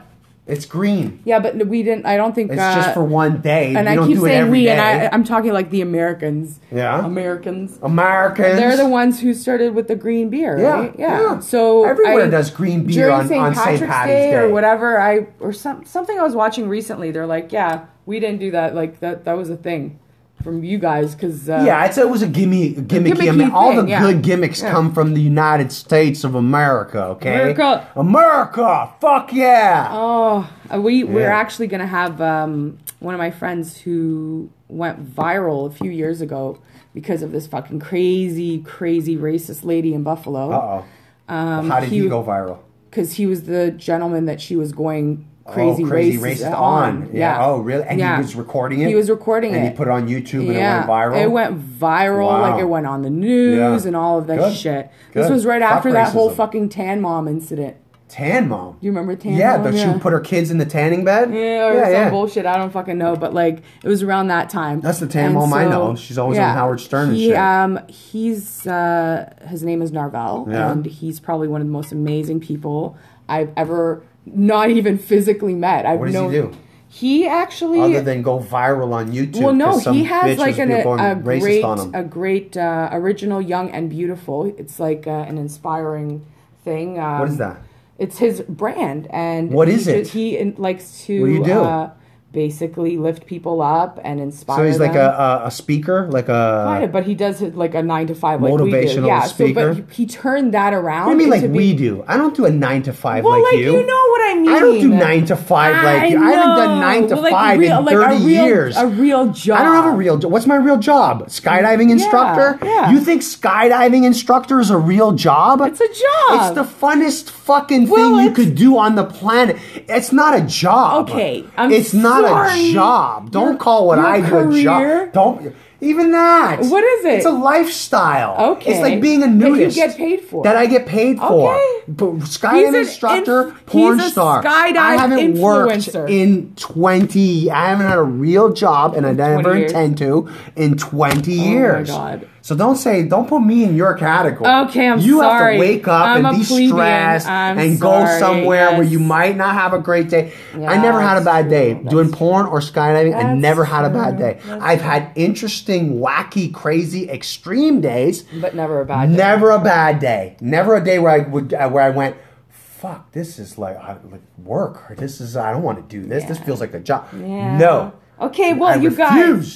S2: it's green
S1: Yeah, but we didn't, I don't think
S2: it's
S1: uh,
S2: just for one day
S1: And
S2: you
S1: I
S2: don't
S1: keep
S2: do it
S1: saying
S2: every
S1: we, and
S2: day.
S1: I, I'm talking like the Americans.
S2: Yeah.
S1: Americans.
S2: Americans.
S1: They're the ones who started with the green beer,
S2: Yeah,
S1: right?
S2: yeah.
S1: So
S2: Everywhere does green beer
S1: during
S2: on- on St. Patty's
S1: or
S2: Day.
S1: whatever. I or some something I was watching recently. They're like, yeah, we didn't do that. Like that that was a thing. from you guys because uh,
S2: yeah, it's, it was a gimme, gimmicky.
S1: gimmicky
S2: I mean, all the
S1: thing, yeah.
S2: good gimmicks come from the United States of America. Okay,
S1: America.
S2: America, fuck yeah.
S1: Oh, uh, we we're
S2: Yeah.
S1: actually gonna have um, one of my friends who went viral a few years ago because of this fucking crazy, crazy racist lady in
S2: Uh
S1: Buffalo.
S2: oh. How did he,
S1: Um, he-
S2: go viral?
S1: Because he was the gentleman that she was going crazy,
S2: oh, crazy
S1: racist,
S2: racist
S1: on. Yeah.
S2: Oh, really? And
S1: Yeah.
S2: he was recording it.
S1: He was recording
S2: and
S1: it.
S2: he put it on YouTube and
S1: yeah,
S2: it went viral.
S1: It went viral,
S2: Wow.
S1: like it went on the news
S2: Yeah.
S1: and all of that
S2: Good.
S1: shit. This
S2: Good.
S1: was right
S2: Fuck
S1: after that whole
S2: racism.
S1: fucking tan mom incident.
S2: Tan mom.
S1: You remember tan
S2: yeah,
S1: mom?
S2: but she would put her kids in the tanning bed.
S1: Yeah, or some bullshit. I don't fucking know, but like it was around that time.
S2: That's the tan mom I know. She's always on Howard Stern and
S1: he,
S2: shit.
S1: Um, he's uh, his name is Narvel,
S2: Yeah.
S1: and he's probably one of the most amazing people I've ever not even physically met. I've
S2: What does he
S1: known,
S2: do?
S1: He actually
S2: Other than go viral on YouTube.
S1: well, no,
S2: 'cause some
S1: he has
S2: bitch
S1: like
S2: was
S1: an,
S2: going
S1: a,
S2: racist
S1: great,
S2: on him.
S1: a great uh, original, young and beautiful. It's like uh, an inspiring thing. Um,
S2: What is that?
S1: It's his brand, and
S2: What
S1: he
S2: is it?
S1: ju- he in, likes to
S2: What do you do?
S1: Uh, basically lift people up and inspire.
S2: so he's like
S1: them.
S2: a, a, a speaker, like a. uh,
S1: Kind of, but he does it like a nine to five, like we
S2: Motivational
S1: do. Yeah,
S2: speaker?
S1: so but he, he turned that around.
S2: I mean, like
S1: into be-
S2: we do. I don't do a nine to five
S1: Well,
S2: like,
S1: like, you know what I
S2: I don't do
S1: mean.
S2: nine to five like you. I haven't done nine to
S1: Well, like,
S2: five
S1: real-
S2: in
S1: like, a
S2: thirty
S1: real-
S2: years.
S1: A real job.
S2: I don't have a real job. What's my real job? Skydiving instructor?
S1: yeah.
S2: You think skydiving instructor is a real job?
S1: It's a job.
S2: It's the funnest fucking
S1: Well,
S2: thing you
S1: it's-
S2: could do on the planet. It's not a job.
S1: Okay, I'm
S2: it's not a
S1: sorry.
S2: job. Don't
S1: Your-
S2: call what
S1: your
S2: I do a
S1: career?
S2: job. Don't even that.
S1: What is it?
S2: It's a lifestyle.
S1: Okay.
S2: It's like being a
S1: That you
S2: nudist.
S1: get paid for.
S2: That I get paid for.
S1: Okay.
S2: But
S1: He's an
S2: skydiving instructor,
S1: inf-
S2: porn
S1: he's a
S2: star.
S1: skydive
S2: I haven't
S1: influencer.
S2: worked in twenty. I haven't had a real job, and I never
S1: 20 years. Oh
S2: intend to in twenty years.
S1: God.
S2: So don't say, don't put me in your category.
S1: Okay, I'm
S2: you
S1: sorry.
S2: have to wake up
S1: I'm
S2: and
S1: a
S2: be
S1: plebeian.
S2: stressed
S1: I'm
S2: and go
S1: sorry,
S2: somewhere where you
S1: yes.
S2: might not have a great day. I
S1: Yeah,
S2: never had a
S1: that's
S2: bad
S1: true,
S2: day
S1: that's
S2: doing porn or skydiving. I
S1: That's
S2: never had a bad
S1: true,
S2: day.
S1: that's
S2: I've had interesting, wacky, crazy, extreme days,
S1: But never a bad. day.
S2: Never a bad day. Never a day where I would uh, where I went. Fuck, this is like I, like work. Or this is I don't want to do this. This
S1: Yeah.
S2: feels like a job.
S1: Yeah.
S2: No.
S1: Okay,
S2: I
S1: well, you
S2: refuse.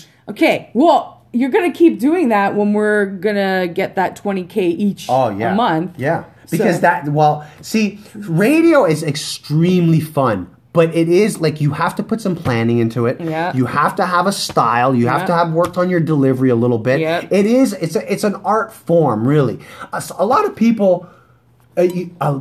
S1: guys. Okay, well, you're going to keep doing that when we're going to get that 20K each
S2: Oh yeah.
S1: a month.
S2: Yeah. Because
S1: So-
S2: that well, see, radio is extremely fun. But it is like you have to put some planning into it.
S1: Yeah.
S2: You have to have a style. You have
S1: Yeah.
S2: to have worked on your delivery a little bit.
S1: Yep.
S2: It is. It's a, it's an art form, really. A, s- a lot of people. Uh, you, uh,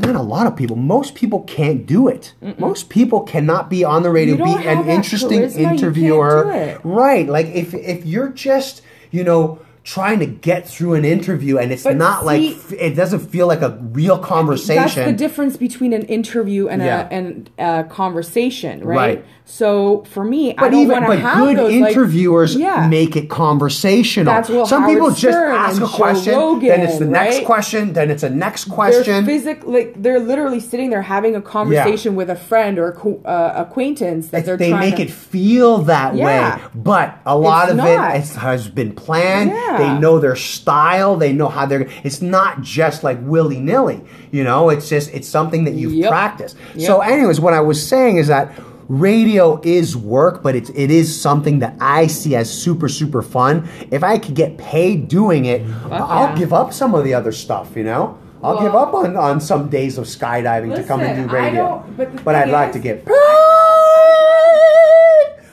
S2: not a lot of people. Most people can't do it. Most people cannot be on the radio,
S1: You
S2: be
S1: don't have
S2: an
S1: that
S2: interesting
S1: charisma, you can't
S2: interviewer.
S1: do it.
S2: Right. Like if if you're just, you know, trying to get through an interview and it's
S1: But
S2: not
S1: see-
S2: like it doesn't feel like a real conversation.
S1: That's the difference between an interview and
S2: Yeah.
S1: a and a conversation, right?
S2: Right.
S1: So for me, I
S2: but
S1: don't
S2: even
S1: want to
S2: but
S1: have
S2: good
S1: those, like-
S2: interviewers
S1: yeah.
S2: make it conversational.
S1: That's what
S2: Some
S1: Howard
S2: people just
S1: Stern
S2: ask
S1: and
S2: a
S1: Joe
S2: question, then it's the
S1: Rogan,
S2: next
S1: right?
S2: question, then it's a next
S1: They're
S2: question.
S1: physically, like they're literally sitting there having a conversation with a friend or co- uh, acquaintance that they're
S2: they
S1: trying
S2: make
S1: to,
S2: it feel that
S1: Yeah.
S2: way, but a lot
S1: It's
S2: of
S1: not.
S2: it is, has been planned.
S1: Yeah.
S2: They know their style. They know how they're. It's not just like willy nilly. You know, it's just it's something that you've
S1: Yep.
S2: practiced. So,
S1: Yep.
S2: anyways, what I was saying is that radio is work, but it's it is something that I see as super super fun. If I could get paid doing it, I'll
S1: yeah.
S2: give up some of the other stuff. You know. I'll give
S1: Well-
S2: up on, on some days of skydiving to come and
S1: Listen,
S2: do
S1: I
S2: radio.
S1: don't- but the
S2: I'd
S1: thing
S2: like
S1: is-
S2: to get paid.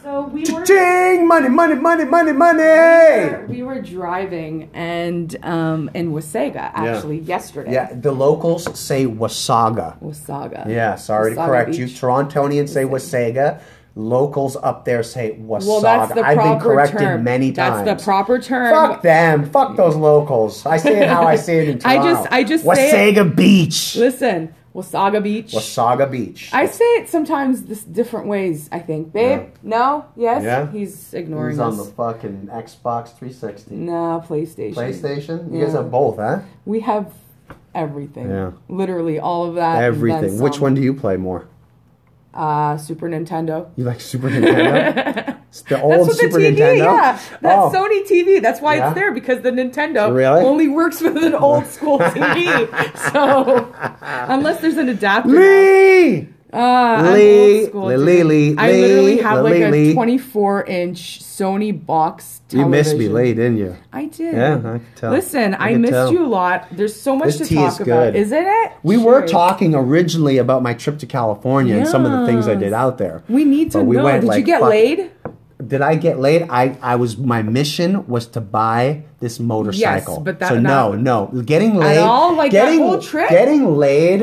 S1: So we were
S2: Cha-ching! Money, money, money, money,
S1: we were-
S2: money!
S1: we were driving and um in Wasaga actually yesterday.
S2: Yeah, the locals say Wasaga.
S1: Wasaga.
S2: Yeah, sorry to
S1: Wasaga
S2: correct
S1: Beach.
S2: you. Torontonians say Wasaga. Locals up there say Wasaga.
S1: Well, that's the
S2: I've been
S1: proper
S2: corrected
S1: term.
S2: many
S1: That's
S2: times.
S1: the proper term.
S2: Fuck them. Fuck those locals. I say it how I say it in
S1: I
S2: Toronto.
S1: just- I just
S2: Wasaga
S1: say it-
S2: Beach.
S1: Listen, Wasaga Beach.
S2: Wasaga Beach.
S1: I say it sometimes this different ways. I think, babe.
S2: Yeah.
S1: No. Yes.
S2: Yeah.
S1: He's ignoring
S2: He's on
S1: us.
S2: the fucking Xbox 360.
S1: no PlayStation.
S2: PlayStation? You
S1: Mm. Yeah.
S2: guys have both, huh?
S1: We have everything.
S2: Yeah.
S1: Literally all of that. and then
S2: Everything. Which
S1: some.
S2: one do you play more?
S1: Uh, Super Nintendo.
S2: You like Super Nintendo? It's the
S1: That's
S2: old
S1: what
S2: Super
S1: the TV,
S2: Nintendo.
S1: yeah.
S2: oh.
S1: That's Sony TV. That's why
S2: Yeah.
S1: it's there because the Nintendo
S2: Really?
S1: only works with an old school TV. so unless there's an adapter,
S2: Me.
S1: Uh, I'm
S2: Lee,
S1: old school,
S2: Lee,
S1: dude.
S2: Lee,
S1: I literally
S2: Lee,
S1: have like
S2: Lee, Lee.
S1: a 24 inch Sony box
S2: You
S1: television.
S2: missed me late, didn't you?
S1: I did.
S2: Yeah, I can tell.
S1: Listen,
S2: I
S1: I,
S2: can
S1: missed
S2: tell.
S1: you a lot. There's so much
S2: This
S1: to
S2: tea
S1: talk
S2: is
S1: about,
S2: good.
S1: isn't it?
S2: We were
S1: Cheers.
S2: talking originally about my trip to California and some of the things I did
S1: Yes.
S2: out there.
S1: We need to
S2: But we
S1: know.
S2: went
S1: Did you
S2: like
S1: get
S2: fuck-
S1: laid?
S2: Did I get laid? I, I was my mission was to buy this motorcycle.
S1: but that
S2: so
S1: not-
S2: no no getting laid
S1: all? Like that
S2: getting,
S1: whole trip?
S2: Getting laid,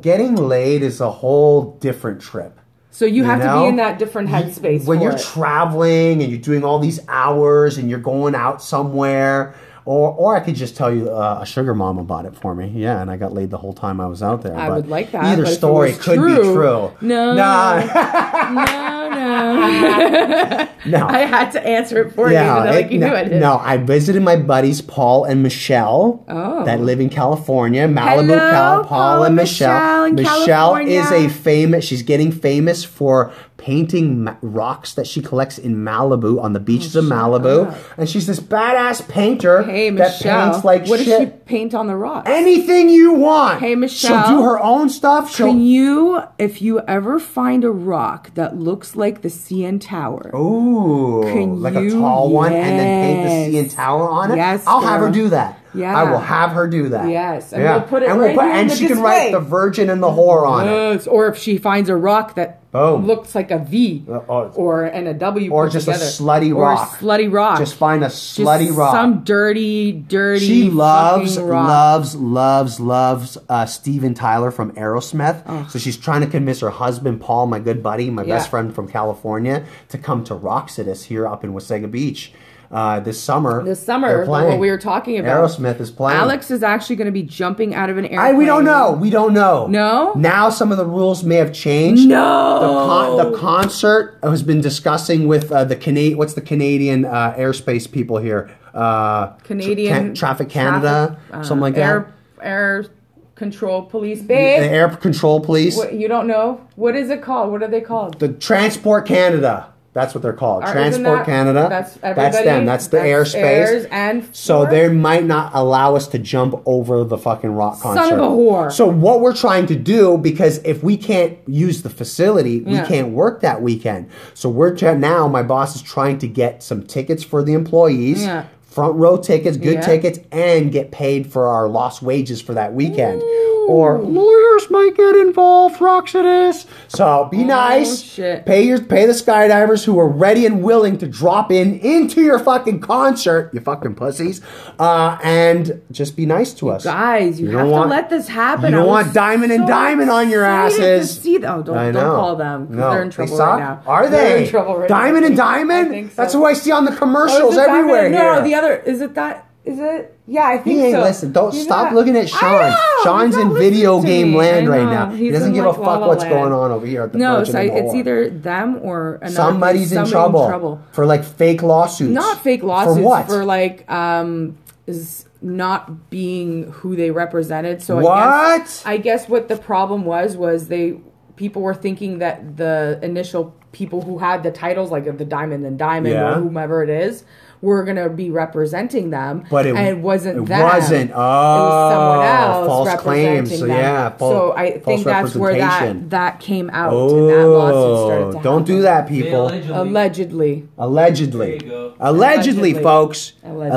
S2: getting laid is a whole different trip.
S1: So you, have to
S2: know?
S1: be in that different headspace
S2: when
S1: for
S2: you're
S1: it.
S2: traveling and you're doing all these hours and you're going out somewhere. Or, or I could just tell you uh, a sugar mom about it for me. Yeah, and I got laid the whole time I was out there.
S1: I
S2: but
S1: would like that.
S2: Either
S1: but if it
S2: story
S1: was
S2: could be true.
S1: No,
S2: Nah,
S1: no, no.
S2: no.
S1: I had to answer it for you, even though,
S2: it-
S1: like you
S2: no,
S1: knew I did.
S2: no, I visited my buddies Paul and Michelle
S1: Oh.
S2: that live in California, Malibu,
S1: Hello,
S2: Cal. Paul,
S1: Paul
S2: and
S1: and
S2: Michelle.
S1: Michelle in
S2: Michelle is a
S1: California.
S2: famous. She's getting famous for painting ma- rocks that she collects in Malibu on the beaches
S1: Oh,
S2: of Malibu, and she's this badass painter
S1: Hey,
S2: that
S1: Michelle.
S2: paints like
S1: what
S2: shit.
S1: does she paint on the rock?
S2: Anything you want.
S1: Hey,
S2: She'll do
S1: Michelle.
S2: her own stuff. She'll
S1: Can you, if you ever find a rock that looks like the CN Tower,
S2: Oh, Ooh,
S1: Can
S2: like a
S1: you-
S2: tall one, and then paint the sea
S1: Yes.
S2: and tower on it.
S1: Yes,
S2: I'll have
S1: girl.
S2: her do that.
S1: Yeah.
S2: I will have her do that.
S1: Yes, and we'll put it
S2: and
S1: right here
S2: and
S1: in the
S2: she can write
S1: display.
S2: the Virgin and the whore on it,
S1: Yes, or if she finds a rock that
S2: Boom.
S1: looks like a V
S2: oh.
S1: or and a W,
S2: or
S1: put
S2: just a
S1: together.
S2: slutty
S1: or
S2: rock.
S1: a slutty rock,
S2: Just find a
S1: Just
S2: slutty rock.
S1: some dirty, dirty.
S2: she loves,
S1: fucking rock.
S2: loves, loves, loves uh, Steven Tyler from Aerosmith. So she's trying to convince her husband, Paul, my good buddy, my best
S1: Yeah.
S2: friend from California, to come to Roxodus here up in Wasaga Beach uh, this summer.
S1: This
S2: They're
S1: summer,
S2: playing.
S1: what we were talking about.
S2: Aerosmith is playing.
S1: Alex is actually going to be jumping out of an airplane.
S2: I, we don't know. We don't know.
S1: No?
S2: Now some of the rules may have changed. The, con-
S1: No.
S2: the concert has been discussing with uh, the Canadian. What's the Canadian uh, airspace people here? Uh,
S1: Canadian
S2: Can- Traffic Canada,
S1: Traffic, uh,
S2: something like
S1: air, Air control police, babe.
S2: that. The Air Control Police.
S1: What, you don't know? What is it called? What are they called?
S2: The Transport Canada. That's what they're called.
S1: Are- Uh, isn't
S2: Transport
S1: that-
S2: Canada.
S1: That's everybody.
S2: that's them. That's the airspace.
S1: airs and
S2: So
S1: floor?
S2: they might not allow us to jump over the fucking rock
S1: Son
S2: concert.
S1: of a whore.
S2: So what we're trying to do, because if we can't use the facility,
S1: Yeah.
S2: we can't work that weekend. So we're try- now. My boss is trying to get some tickets for the employees.
S1: Yeah.
S2: Front row tickets, good
S1: Yeah.
S2: tickets, and get paid for our lost wages for that weekend. Or lawyers might get involved, Roxodus. So be nice.
S1: shit.
S2: Pay your pay the skydivers who are ready and willing to drop in into your fucking concert, you fucking pussies, uh, and just be nice to us,
S1: Guys, you,
S2: You don't
S1: have
S2: want-
S1: to let this happen.
S2: you don't
S1: I was
S2: want Diamond and
S1: so
S2: Diamond on your
S1: excited to
S2: asses.
S1: see them. Oh, don't,
S2: I
S1: don't
S2: know.
S1: call them. 'cause
S2: No.
S1: They're in
S2: They
S1: trouble
S2: suck?
S1: right now.
S2: Are they?
S1: They're in trouble right
S2: Diamond
S1: now.
S2: and Diamond?
S1: I think so.
S2: That's who I see on the
S1: Oh, is
S2: commercials
S1: it Diamond?
S2: everywhere.
S1: No,
S2: here.
S1: the other is it that is it? Yeah, I think
S2: He ain't
S1: so.
S2: listen. Don't
S1: He's
S2: stop
S1: not-
S2: looking at
S1: I
S2: Sean.
S1: know, he's
S2: Sean's
S1: not
S2: in
S1: listening
S2: video
S1: to
S2: game
S1: me.
S2: land
S1: I
S2: right
S1: know.
S2: now. he
S1: He's
S2: doesn't
S1: in,
S2: give
S1: like,
S2: a
S1: La
S2: fuck
S1: La
S2: what's
S1: Land.
S2: going on over here. At the
S1: No,
S2: Virgin
S1: so I-
S2: and the
S1: it's
S2: Whore.
S1: either them or another
S2: somebody's in
S1: somebody
S2: trouble,
S1: in trouble.
S2: for like fake lawsuits.
S1: Not fake lawsuits
S2: For what?
S1: like um is not being who they represented. So I
S2: What?
S1: guess, I guess what the problem was was they people were thinking that the initial people who had the titles like the Diamond and Diamond
S2: Yeah.
S1: or whomever it is were gonna be representing them,
S2: But it-
S1: and it wasn't.
S2: it
S1: them.
S2: wasn't.
S1: It was someone
S2: Oh,
S1: else
S2: false claims.
S1: representing
S2: So,
S1: them.
S2: yeah, fal-
S1: so I
S2: false
S1: think that's where
S2: representation.
S1: that that came out. and that lawsuit started
S2: Oh,
S1: to
S2: don't do
S1: happen.
S2: that,
S3: Say
S2: people.
S3: allegedly.
S1: Allegedly,
S2: Allegedly.
S3: There you go.
S2: Allegedly,
S1: Allegedly.
S2: folks.
S1: Allegedly.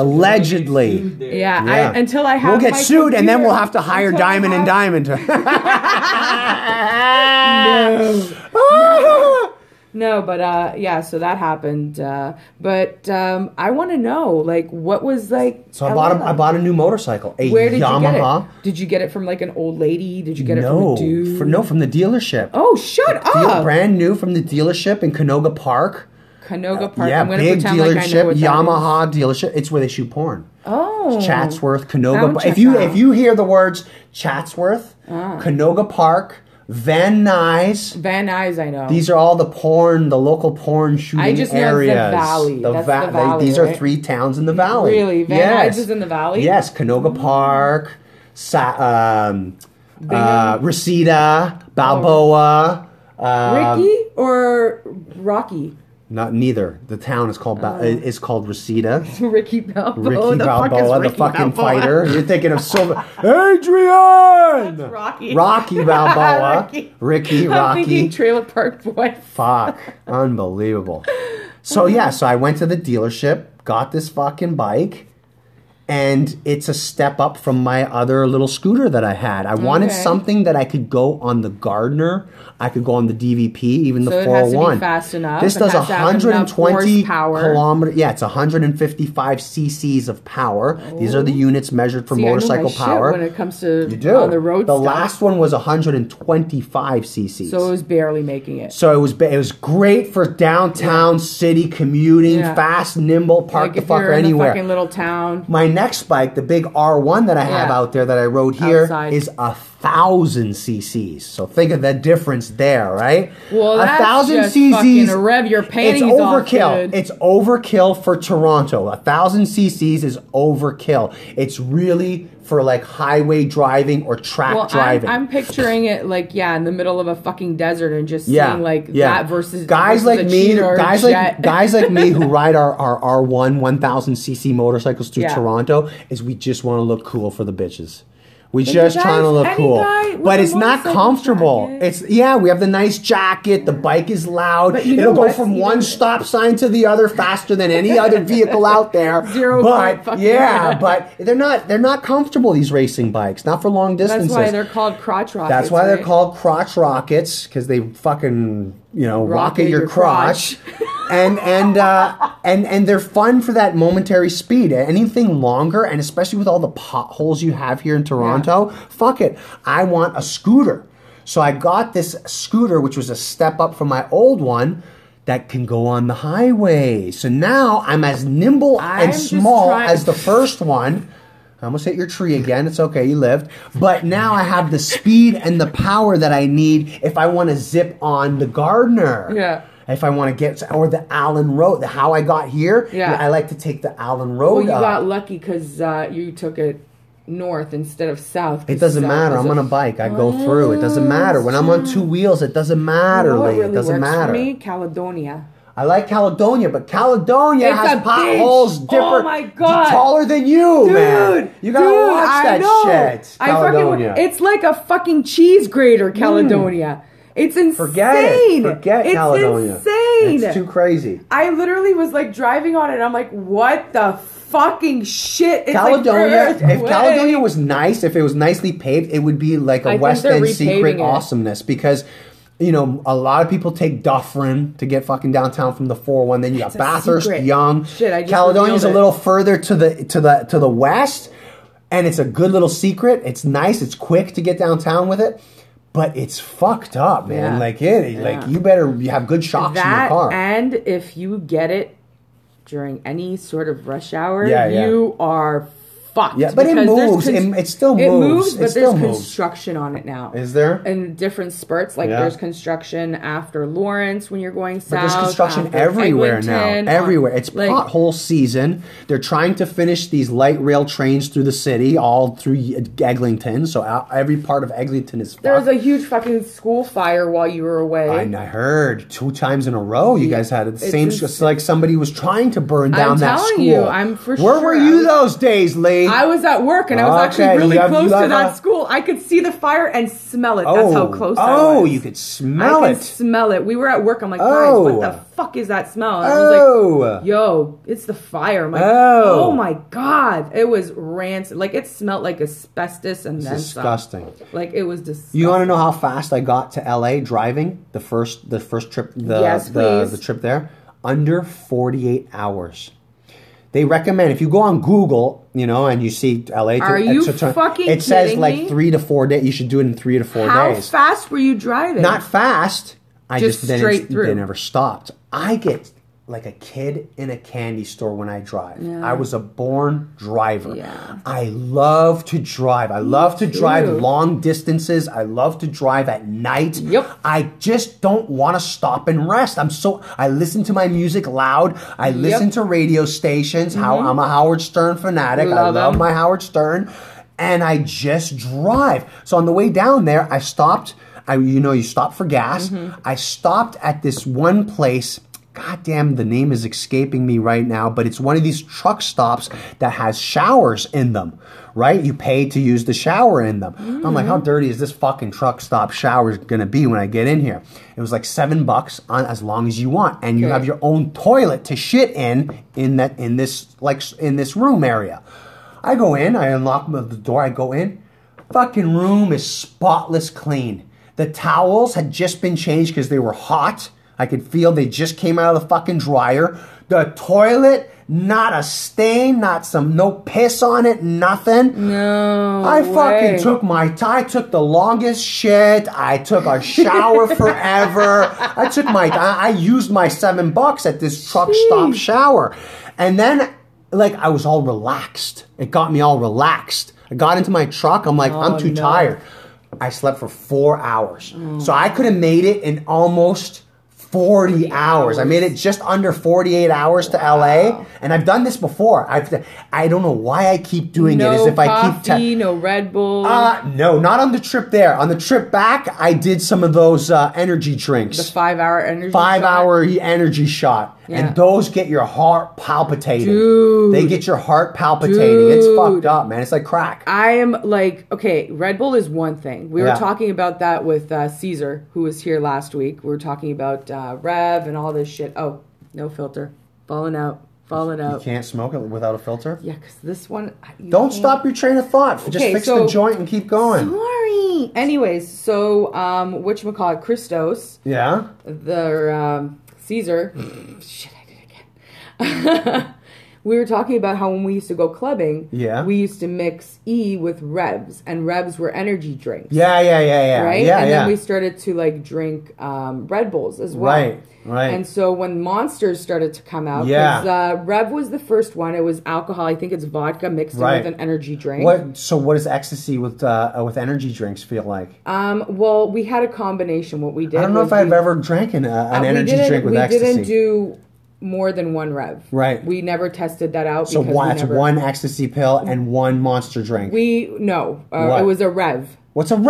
S3: You're
S2: Allegedly.
S3: gonna get sued there.
S1: yeah.
S2: Yeah.
S1: I, until I have
S2: We'll get
S1: my
S2: sued, and then we'll
S1: computer.
S2: have to hire
S1: Until I
S2: Diamond and
S1: have-
S2: Diamond.
S1: No, but uh, yeah, so that happened. Uh, but um, I want to know, like, what was like?
S2: So I bought a, I bought a new motorcycle, a
S1: Where did
S2: Yamaha.
S1: you get it? Did you get it from like an old lady? Did you get
S2: no,
S1: it from a dude?
S2: for- no, from the dealership.
S1: Oh, shut
S2: Deal-
S1: up!
S2: brand new from the dealership in Canoga Park.
S1: Canoga Park.
S2: yeah,
S1: I'm gonna
S2: big
S1: pretend
S2: dealership,
S1: like I know what that is.
S2: Yamaha dealership. It's where they shoot porn.
S1: Oh,
S2: Chatsworth,
S1: That
S2: Canoga.
S1: would
S2: Park. If
S1: check
S2: you
S1: out. Ah.
S2: if you hear the words Chatsworth, Canoga Park, Van Nuys,
S1: Van Nuys, I know.
S2: these are all the porn, the local porn shooting
S1: just know it's the
S2: areas.
S1: valley. That's the
S2: they-
S1: valley,
S2: these are
S1: right?
S2: three towns in the valley.
S1: Really? Van
S2: yes.
S1: Nuys is in the valley? Oh.
S2: Yes, Canoga Park, Sa- um, uh,
S1: Oh.
S2: Reseda, Balboa. Uh,
S1: Ricky or Rocky?
S2: Not neither. The town is called
S1: Oh.
S2: ba- is called Reseda.
S1: Ricky Balboa.
S2: Ricky
S1: Oh, the fuck is
S2: Balboa, the
S1: Ricky
S2: fucking
S1: Balboa?
S2: fighter. You're thinking of Silver. Adrian!
S1: That's Rocky.
S2: Rocky Balboa.
S1: Rocky.
S2: Ricky,
S1: I'm
S2: Rocky.
S1: thinking Trailer Park Boys.
S2: Fuck. Unbelievable. So, yeah, so I went to the dealership, got this fucking bike, and it's a step up from my other little scooter that I had. I wanted
S1: Okay.
S2: something that I could go on the Gardener, I could go on the DVP, even
S1: So
S2: the
S1: it has to
S2: 401.
S1: be fast enough.
S2: This
S1: It
S2: does
S1: has to have enough
S2: 120
S1: horsepower.
S2: kilometer. Yeah, it's 155 cc's of power. These are the units measured for
S1: Oh. See, I know my
S2: motorcycle
S1: shit
S2: power.
S1: when it comes to
S2: you do
S1: on the road.
S2: The
S1: stuff.
S2: last one was 125 cc's.
S1: so it was barely making it.
S2: So it was ba- it was great for downtown city commuting,
S1: Yeah.
S2: fast, nimble, park
S1: like
S2: the
S1: if you're
S2: fucker
S1: in
S2: anywhere.
S1: a fucking little town.
S2: My next bike, the big R1 that I have
S1: Yeah.
S2: out there that I rode here, is
S1: Outside.
S2: a thousand cc's. So think of the difference there, right?
S1: Well, that's just fucking rev your
S2: It's
S1: panties off,
S2: overkill.
S1: dude.
S2: it's overkill for Toronto. A thousand cc's is overkill. It's really for like highway driving or track
S1: Well, I'm,
S2: driving.
S1: I'm picturing it like yeah, in the middle of a fucking desert and just seeing like that versus
S2: guys
S1: versus
S2: like
S1: a
S2: me,
S1: cheetah or a
S2: guys
S1: jet.
S2: like guys like me who ride our our R one one thousand cc motorcycles through
S1: Yeah.
S2: Toronto is we just want to look cool for the bitches. We
S1: you
S2: just
S1: guys-
S2: trying to look
S1: any
S2: cool,
S1: guy with
S2: but
S1: a
S2: it's not
S1: motorcycle
S2: comfortable.
S1: jacket.
S2: It's yeah, we have the nice jacket. The bike is loud.
S1: But you know
S2: It'll go
S1: what's
S2: from
S1: even-
S2: one stop sign to the other faster than any other vehicle out there.
S1: Zero point
S2: but
S1: fucking-
S2: yeah, but they're not they're not comfortable. These racing bikes, not for long
S1: That's
S2: distances.
S1: why they're called crotch rockets.
S2: That's why they're
S1: right?
S2: called crotch rockets because they fucking you know rocket,
S1: Rocket
S2: your,
S1: your
S2: crotch, and and uh, and and they're fun for that momentary speed. Anything longer, and especially with all the potholes you have here in Toronto, fuck it. I want a scooter, so I got this scooter, which was a step up from my old one. That can go on the highway. So now I'm as nimble
S1: I'm
S2: and
S1: just
S2: small
S1: trying-
S2: as the first one. I almost hit your tree again. It's okay, you lived. But now I have the speed and the power that I need if I want to zip on the gardener.
S1: Yeah.
S2: If I want to get or the Allen Road, the how I got here.
S1: Yeah.
S2: I like to take the Allen Road.
S1: Well, you
S2: up.
S1: got lucky because uh, you took it north instead of south.
S2: it doesn't matter. I'm on a bike. I go through. It doesn't matter. When I'm on two wheels, it doesn't matter.
S1: You know what
S2: Lee.
S1: really
S2: it doesn't
S1: works
S2: matter.
S1: For me, Caledonia.
S2: I like Caledonia, but Caledonia
S1: It's a
S2: has
S1: beach.
S2: potholes
S1: Oh
S2: different.
S1: my God.
S2: Taller than you, man. You gotta
S1: dude,
S2: watch
S1: I
S2: that
S1: know.
S2: shit.
S1: I fucking,
S2: Caledonia. Hmm.
S1: it's like a fucking cheese grater, Caledonia. It's insane.
S2: Forget it. Forget
S1: it's
S2: Caledonia.
S1: insane.
S2: It's too crazy.
S1: I literally was like driving on it. I'm like, what the fucking shit? It's
S2: Caledonia.
S1: Like,
S2: if Caledonia was nice, if it was nicely paved, it would be like a
S1: I think
S2: West
S1: they're
S2: End
S1: repaving
S2: secret
S1: it.
S2: awesomeness because. You know, a lot of people take Dufferin to get fucking downtown from the 401. Then you got
S1: a
S2: Bathurst,
S1: secret.
S2: Young.
S1: Shit, I just
S2: Caledonia's
S1: revealed
S2: a
S1: it.
S2: little further to the to the to the west, and it's a good little secret. It's nice. It's quick to get downtown with it, but it's fucked up, man.
S1: Yeah.
S2: Like it, like
S1: Yeah.
S2: you better you have good shocks in your
S1: that
S2: car.
S1: and if you get it during any sort of rush hour,
S2: Yeah, yeah.
S1: you are fucked.
S2: Yeah, but it
S1: because there's
S2: moves. It- it still
S1: It
S2: moves.
S1: moves,
S2: It
S1: but
S2: still
S1: there's
S2: moves.
S1: construction on it now.
S2: Is there?
S1: In different spurts, like
S2: Yeah.
S1: there's construction after Lawrence when you're going south.
S2: But there's construction
S1: after
S2: everywhere
S1: Eglinton,
S2: now.
S1: on-
S2: Everywhere. It's
S1: like,
S2: pothole season. They're trying to finish these light rail trains through the city, all through E, Eglinton. So out- every part of Eglinton is.
S1: There was
S2: fucked.
S1: a huge fucking school fire while you were away.
S2: I I heard two times in a row you guys had it. The
S1: It's
S2: same.
S1: ins-
S2: It's like somebody was trying to burn down that
S1: telling
S2: school.
S1: you, I'm for
S2: Where
S1: sure-
S2: were
S1: I
S2: you
S1: was-
S2: those days, Lee?
S1: I was at work and I was
S2: Okay,
S1: actually really
S2: you have-
S1: close
S2: you
S1: to
S2: have
S1: that
S2: a-
S1: school. I could see the fire and smell it.
S2: Oh,
S1: That's how close
S2: oh,
S1: I was.
S2: you could smell
S1: I can
S2: it.
S1: smell it. We were at work. I'm like, guys,
S2: Oh.
S1: what the fuck is that smell? And I was
S2: oh,
S1: like, yo, it's the fire. I'm like,
S2: Oh.
S1: oh. my god, it was rancid. Like it smelled like asbestos and then some.
S2: disgusting.
S1: Like it was disgusting.
S2: You want to know how fast I got to LA driving the first the first trip the
S1: Yes,
S2: the,
S1: please.
S2: the trip there under 48 hours. They recommend if you go on Google, you know, and you see LA. To,
S1: Are you
S2: to- to-
S1: fucking
S2: It says
S1: kidding
S2: like
S1: me?
S2: three to four days. You should do it in three to four
S1: how
S2: days.
S1: fast were you driving?
S2: Not fast. I just,
S1: Just
S2: didn't,
S1: straight through.
S2: They never stopped. I get like a kid in a candy store when I drive.
S1: Yeah.
S2: I was a born driver.
S1: Yeah.
S2: I love to drive. I love to drive
S1: too.
S2: long distances. I love to drive at night.
S1: Yep.
S2: I just don't want to stop and rest. I'm so I listen to my music loud. I listen to radio stations. How I'm a Howard Stern fanatic.
S1: Mm-hmm. Love
S2: I love
S1: him.
S2: my Howard Stern, and I just drive. So on the way down there, I stopped. I you know you stop for gas. I stopped at this one place God damn, the name is escaping me right now, but it's one of these truck stops that has showers in them, right? You pay to use the shower in them. I'm like, how dirty is this fucking truck stop shower gonna be when I get in here? It was like seven bucks on as long as you want, and you
S1: Okay.
S2: have your own toilet to shit in in that in this like s- in this room area. I go in, I unlock the door, I go in. Fucking room is spotless clean. The towels had just been changed because they were hot. I could feel they just came out of the fucking dryer. The toilet, not a stain, not some, no piss on it, nothing.
S1: No.
S2: I fucking
S1: way.
S2: took my time. I took the longest shit. I took a shower forever. I took my. I, I used my seven bucks at this truck stop shower, and then like I was all relaxed. It got me all relaxed. I got into my truck. I'm like, I'm
S1: Oh,
S2: too
S1: no.
S2: tired. I slept for four hours, so I could have made it in almost. 40 hours. I made it just under 48 hours to LA and I've done this before. I've I don't know why I keep doing
S1: No
S2: it as if
S1: coffee,
S2: I keep te-
S1: no Red Bull.
S2: uh, no, not on the trip there. On the trip back, I did some of those uh, energy drinks.
S1: the five hour energy.
S2: Five
S1: shot.
S2: hour energy shot.
S1: Yeah.
S2: And those get your heart palpitating.
S1: Dude.
S2: They get your heart palpitating. It's
S1: Dude.
S2: fucked up, man. It's like crack.
S1: I am like, okay, Red Bull is one thing. We
S2: Yeah.
S1: were talking about that with uh, Caesar, who was here last week. We were talking about uh, Rev and all this shit. Oh, no filter. Falling out. Falling
S2: you
S1: out.
S2: can't smoke it without a filter.
S1: Uh, Yeah, because this one. I- you
S2: Don't
S1: can't-
S2: stop your train of thought. Just
S1: Okay,
S2: fix the
S1: so-
S2: joint and keep going.
S1: Sorry. Anyways, so um, whatchamacallit, Christos,
S2: Yeah?
S1: the um, Caesar. shit, I did it again. we were talking about how when we used to go clubbing,
S2: Yeah.
S1: we used to mix E with Rebs, and Rebs were energy drinks.
S2: Yeah, yeah, yeah, yeah.
S1: right?
S2: Yeah,
S1: and
S2: yeah.
S1: then we started to like drink um, Red Bulls as well.
S2: Right, right.
S1: And so when monsters started to come out, 'cause,
S2: Yeah.
S1: uh, Rev was the first one. It was alcohol. I think it's vodka mixed
S2: Right.
S1: in with an energy drink.
S2: what, so what does ecstasy with uh, with energy drinks feel like?
S1: Um, well, we had a combination. What we did,
S2: I don't know
S1: was
S2: if I've
S1: we-
S2: ever drank an, uh,
S1: uh,
S2: an
S1: we
S2: energy
S1: didn't-
S2: drink with
S1: we
S2: ecstasy.
S1: didn't do more than one Rev.
S2: Right.
S1: We never tested that out.
S2: So
S1: because
S2: one,
S1: we
S2: that's
S1: never-
S2: one ecstasy pill and one monster drink.
S1: We no, uh,
S2: What?
S1: it was a Rev.
S2: What's a rev?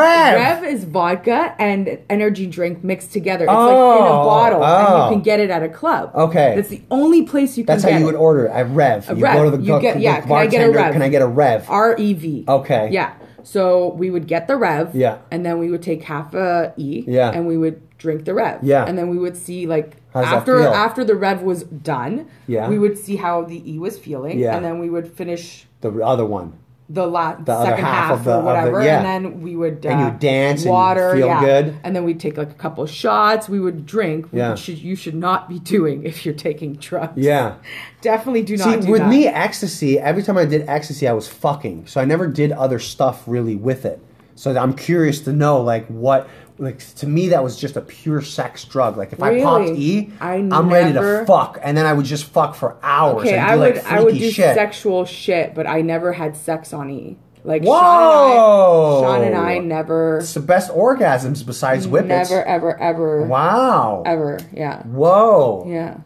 S1: Rev is vodka and an energy drink mixed together. It's like in a
S2: Oh,
S1: bottle, and
S2: oh.
S1: you can get it at a club.
S2: Okay.
S1: that's the only place you can.
S2: That's
S1: get
S2: how you
S1: it.
S2: would order it. I rev. you
S1: rev.
S2: go to the,
S1: You
S2: go-
S1: get-
S2: the
S1: yeah, can I get a
S2: bartender.
S1: rev?
S2: Can I get a rev?
S1: R E V.
S2: Okay.
S1: Yeah. So we would get the rev.
S2: Yeah.
S1: And then we would take half a E.
S2: Yeah.
S1: And we would drink the rev.
S2: Yeah.
S1: And then we would see like
S2: How does that
S1: after
S2: feel?
S1: after the rev was done.
S2: Yeah.
S1: We would see how the E was feeling.
S2: Yeah.
S1: And then we would finish
S2: the other one.
S1: the last
S2: other
S1: second
S2: half
S1: half,
S2: of the-
S1: or
S2: of the-
S1: whatever,
S2: yeah.
S1: and then we would uh,
S2: And you dance and you
S1: water,
S2: feel
S1: yeah.
S2: good.
S1: and then we'd take like a couple shots. We would drink,
S2: Yeah.
S1: which should, you should not be doing if you're taking drugs.
S2: Yeah.
S1: definitely do
S2: See,
S1: not. do
S2: with
S1: that.
S2: me, ecstasy. Every time I did ecstasy, I was fucking. So I never did other stuff really with it. So I'm curious to know, like, what, like, to me, that was just a pure sex drug. Like, if I popped
S1: Really?
S2: E,
S1: I
S2: am ready to
S1: never-
S2: fuck, and then I would just fuck for hours
S1: Okay,
S2: and do
S1: I
S2: like
S1: would
S2: freaky
S1: I would do
S2: shit.
S1: sexual shit, but I never had sex on E. Like
S2: Whoa!
S1: Sean and I, Sean and I never,
S2: It's the best orgasms besides whippets.
S1: never, ever, ever,
S2: Wow.
S1: ever. Yeah,
S2: Whoa.
S1: yeah.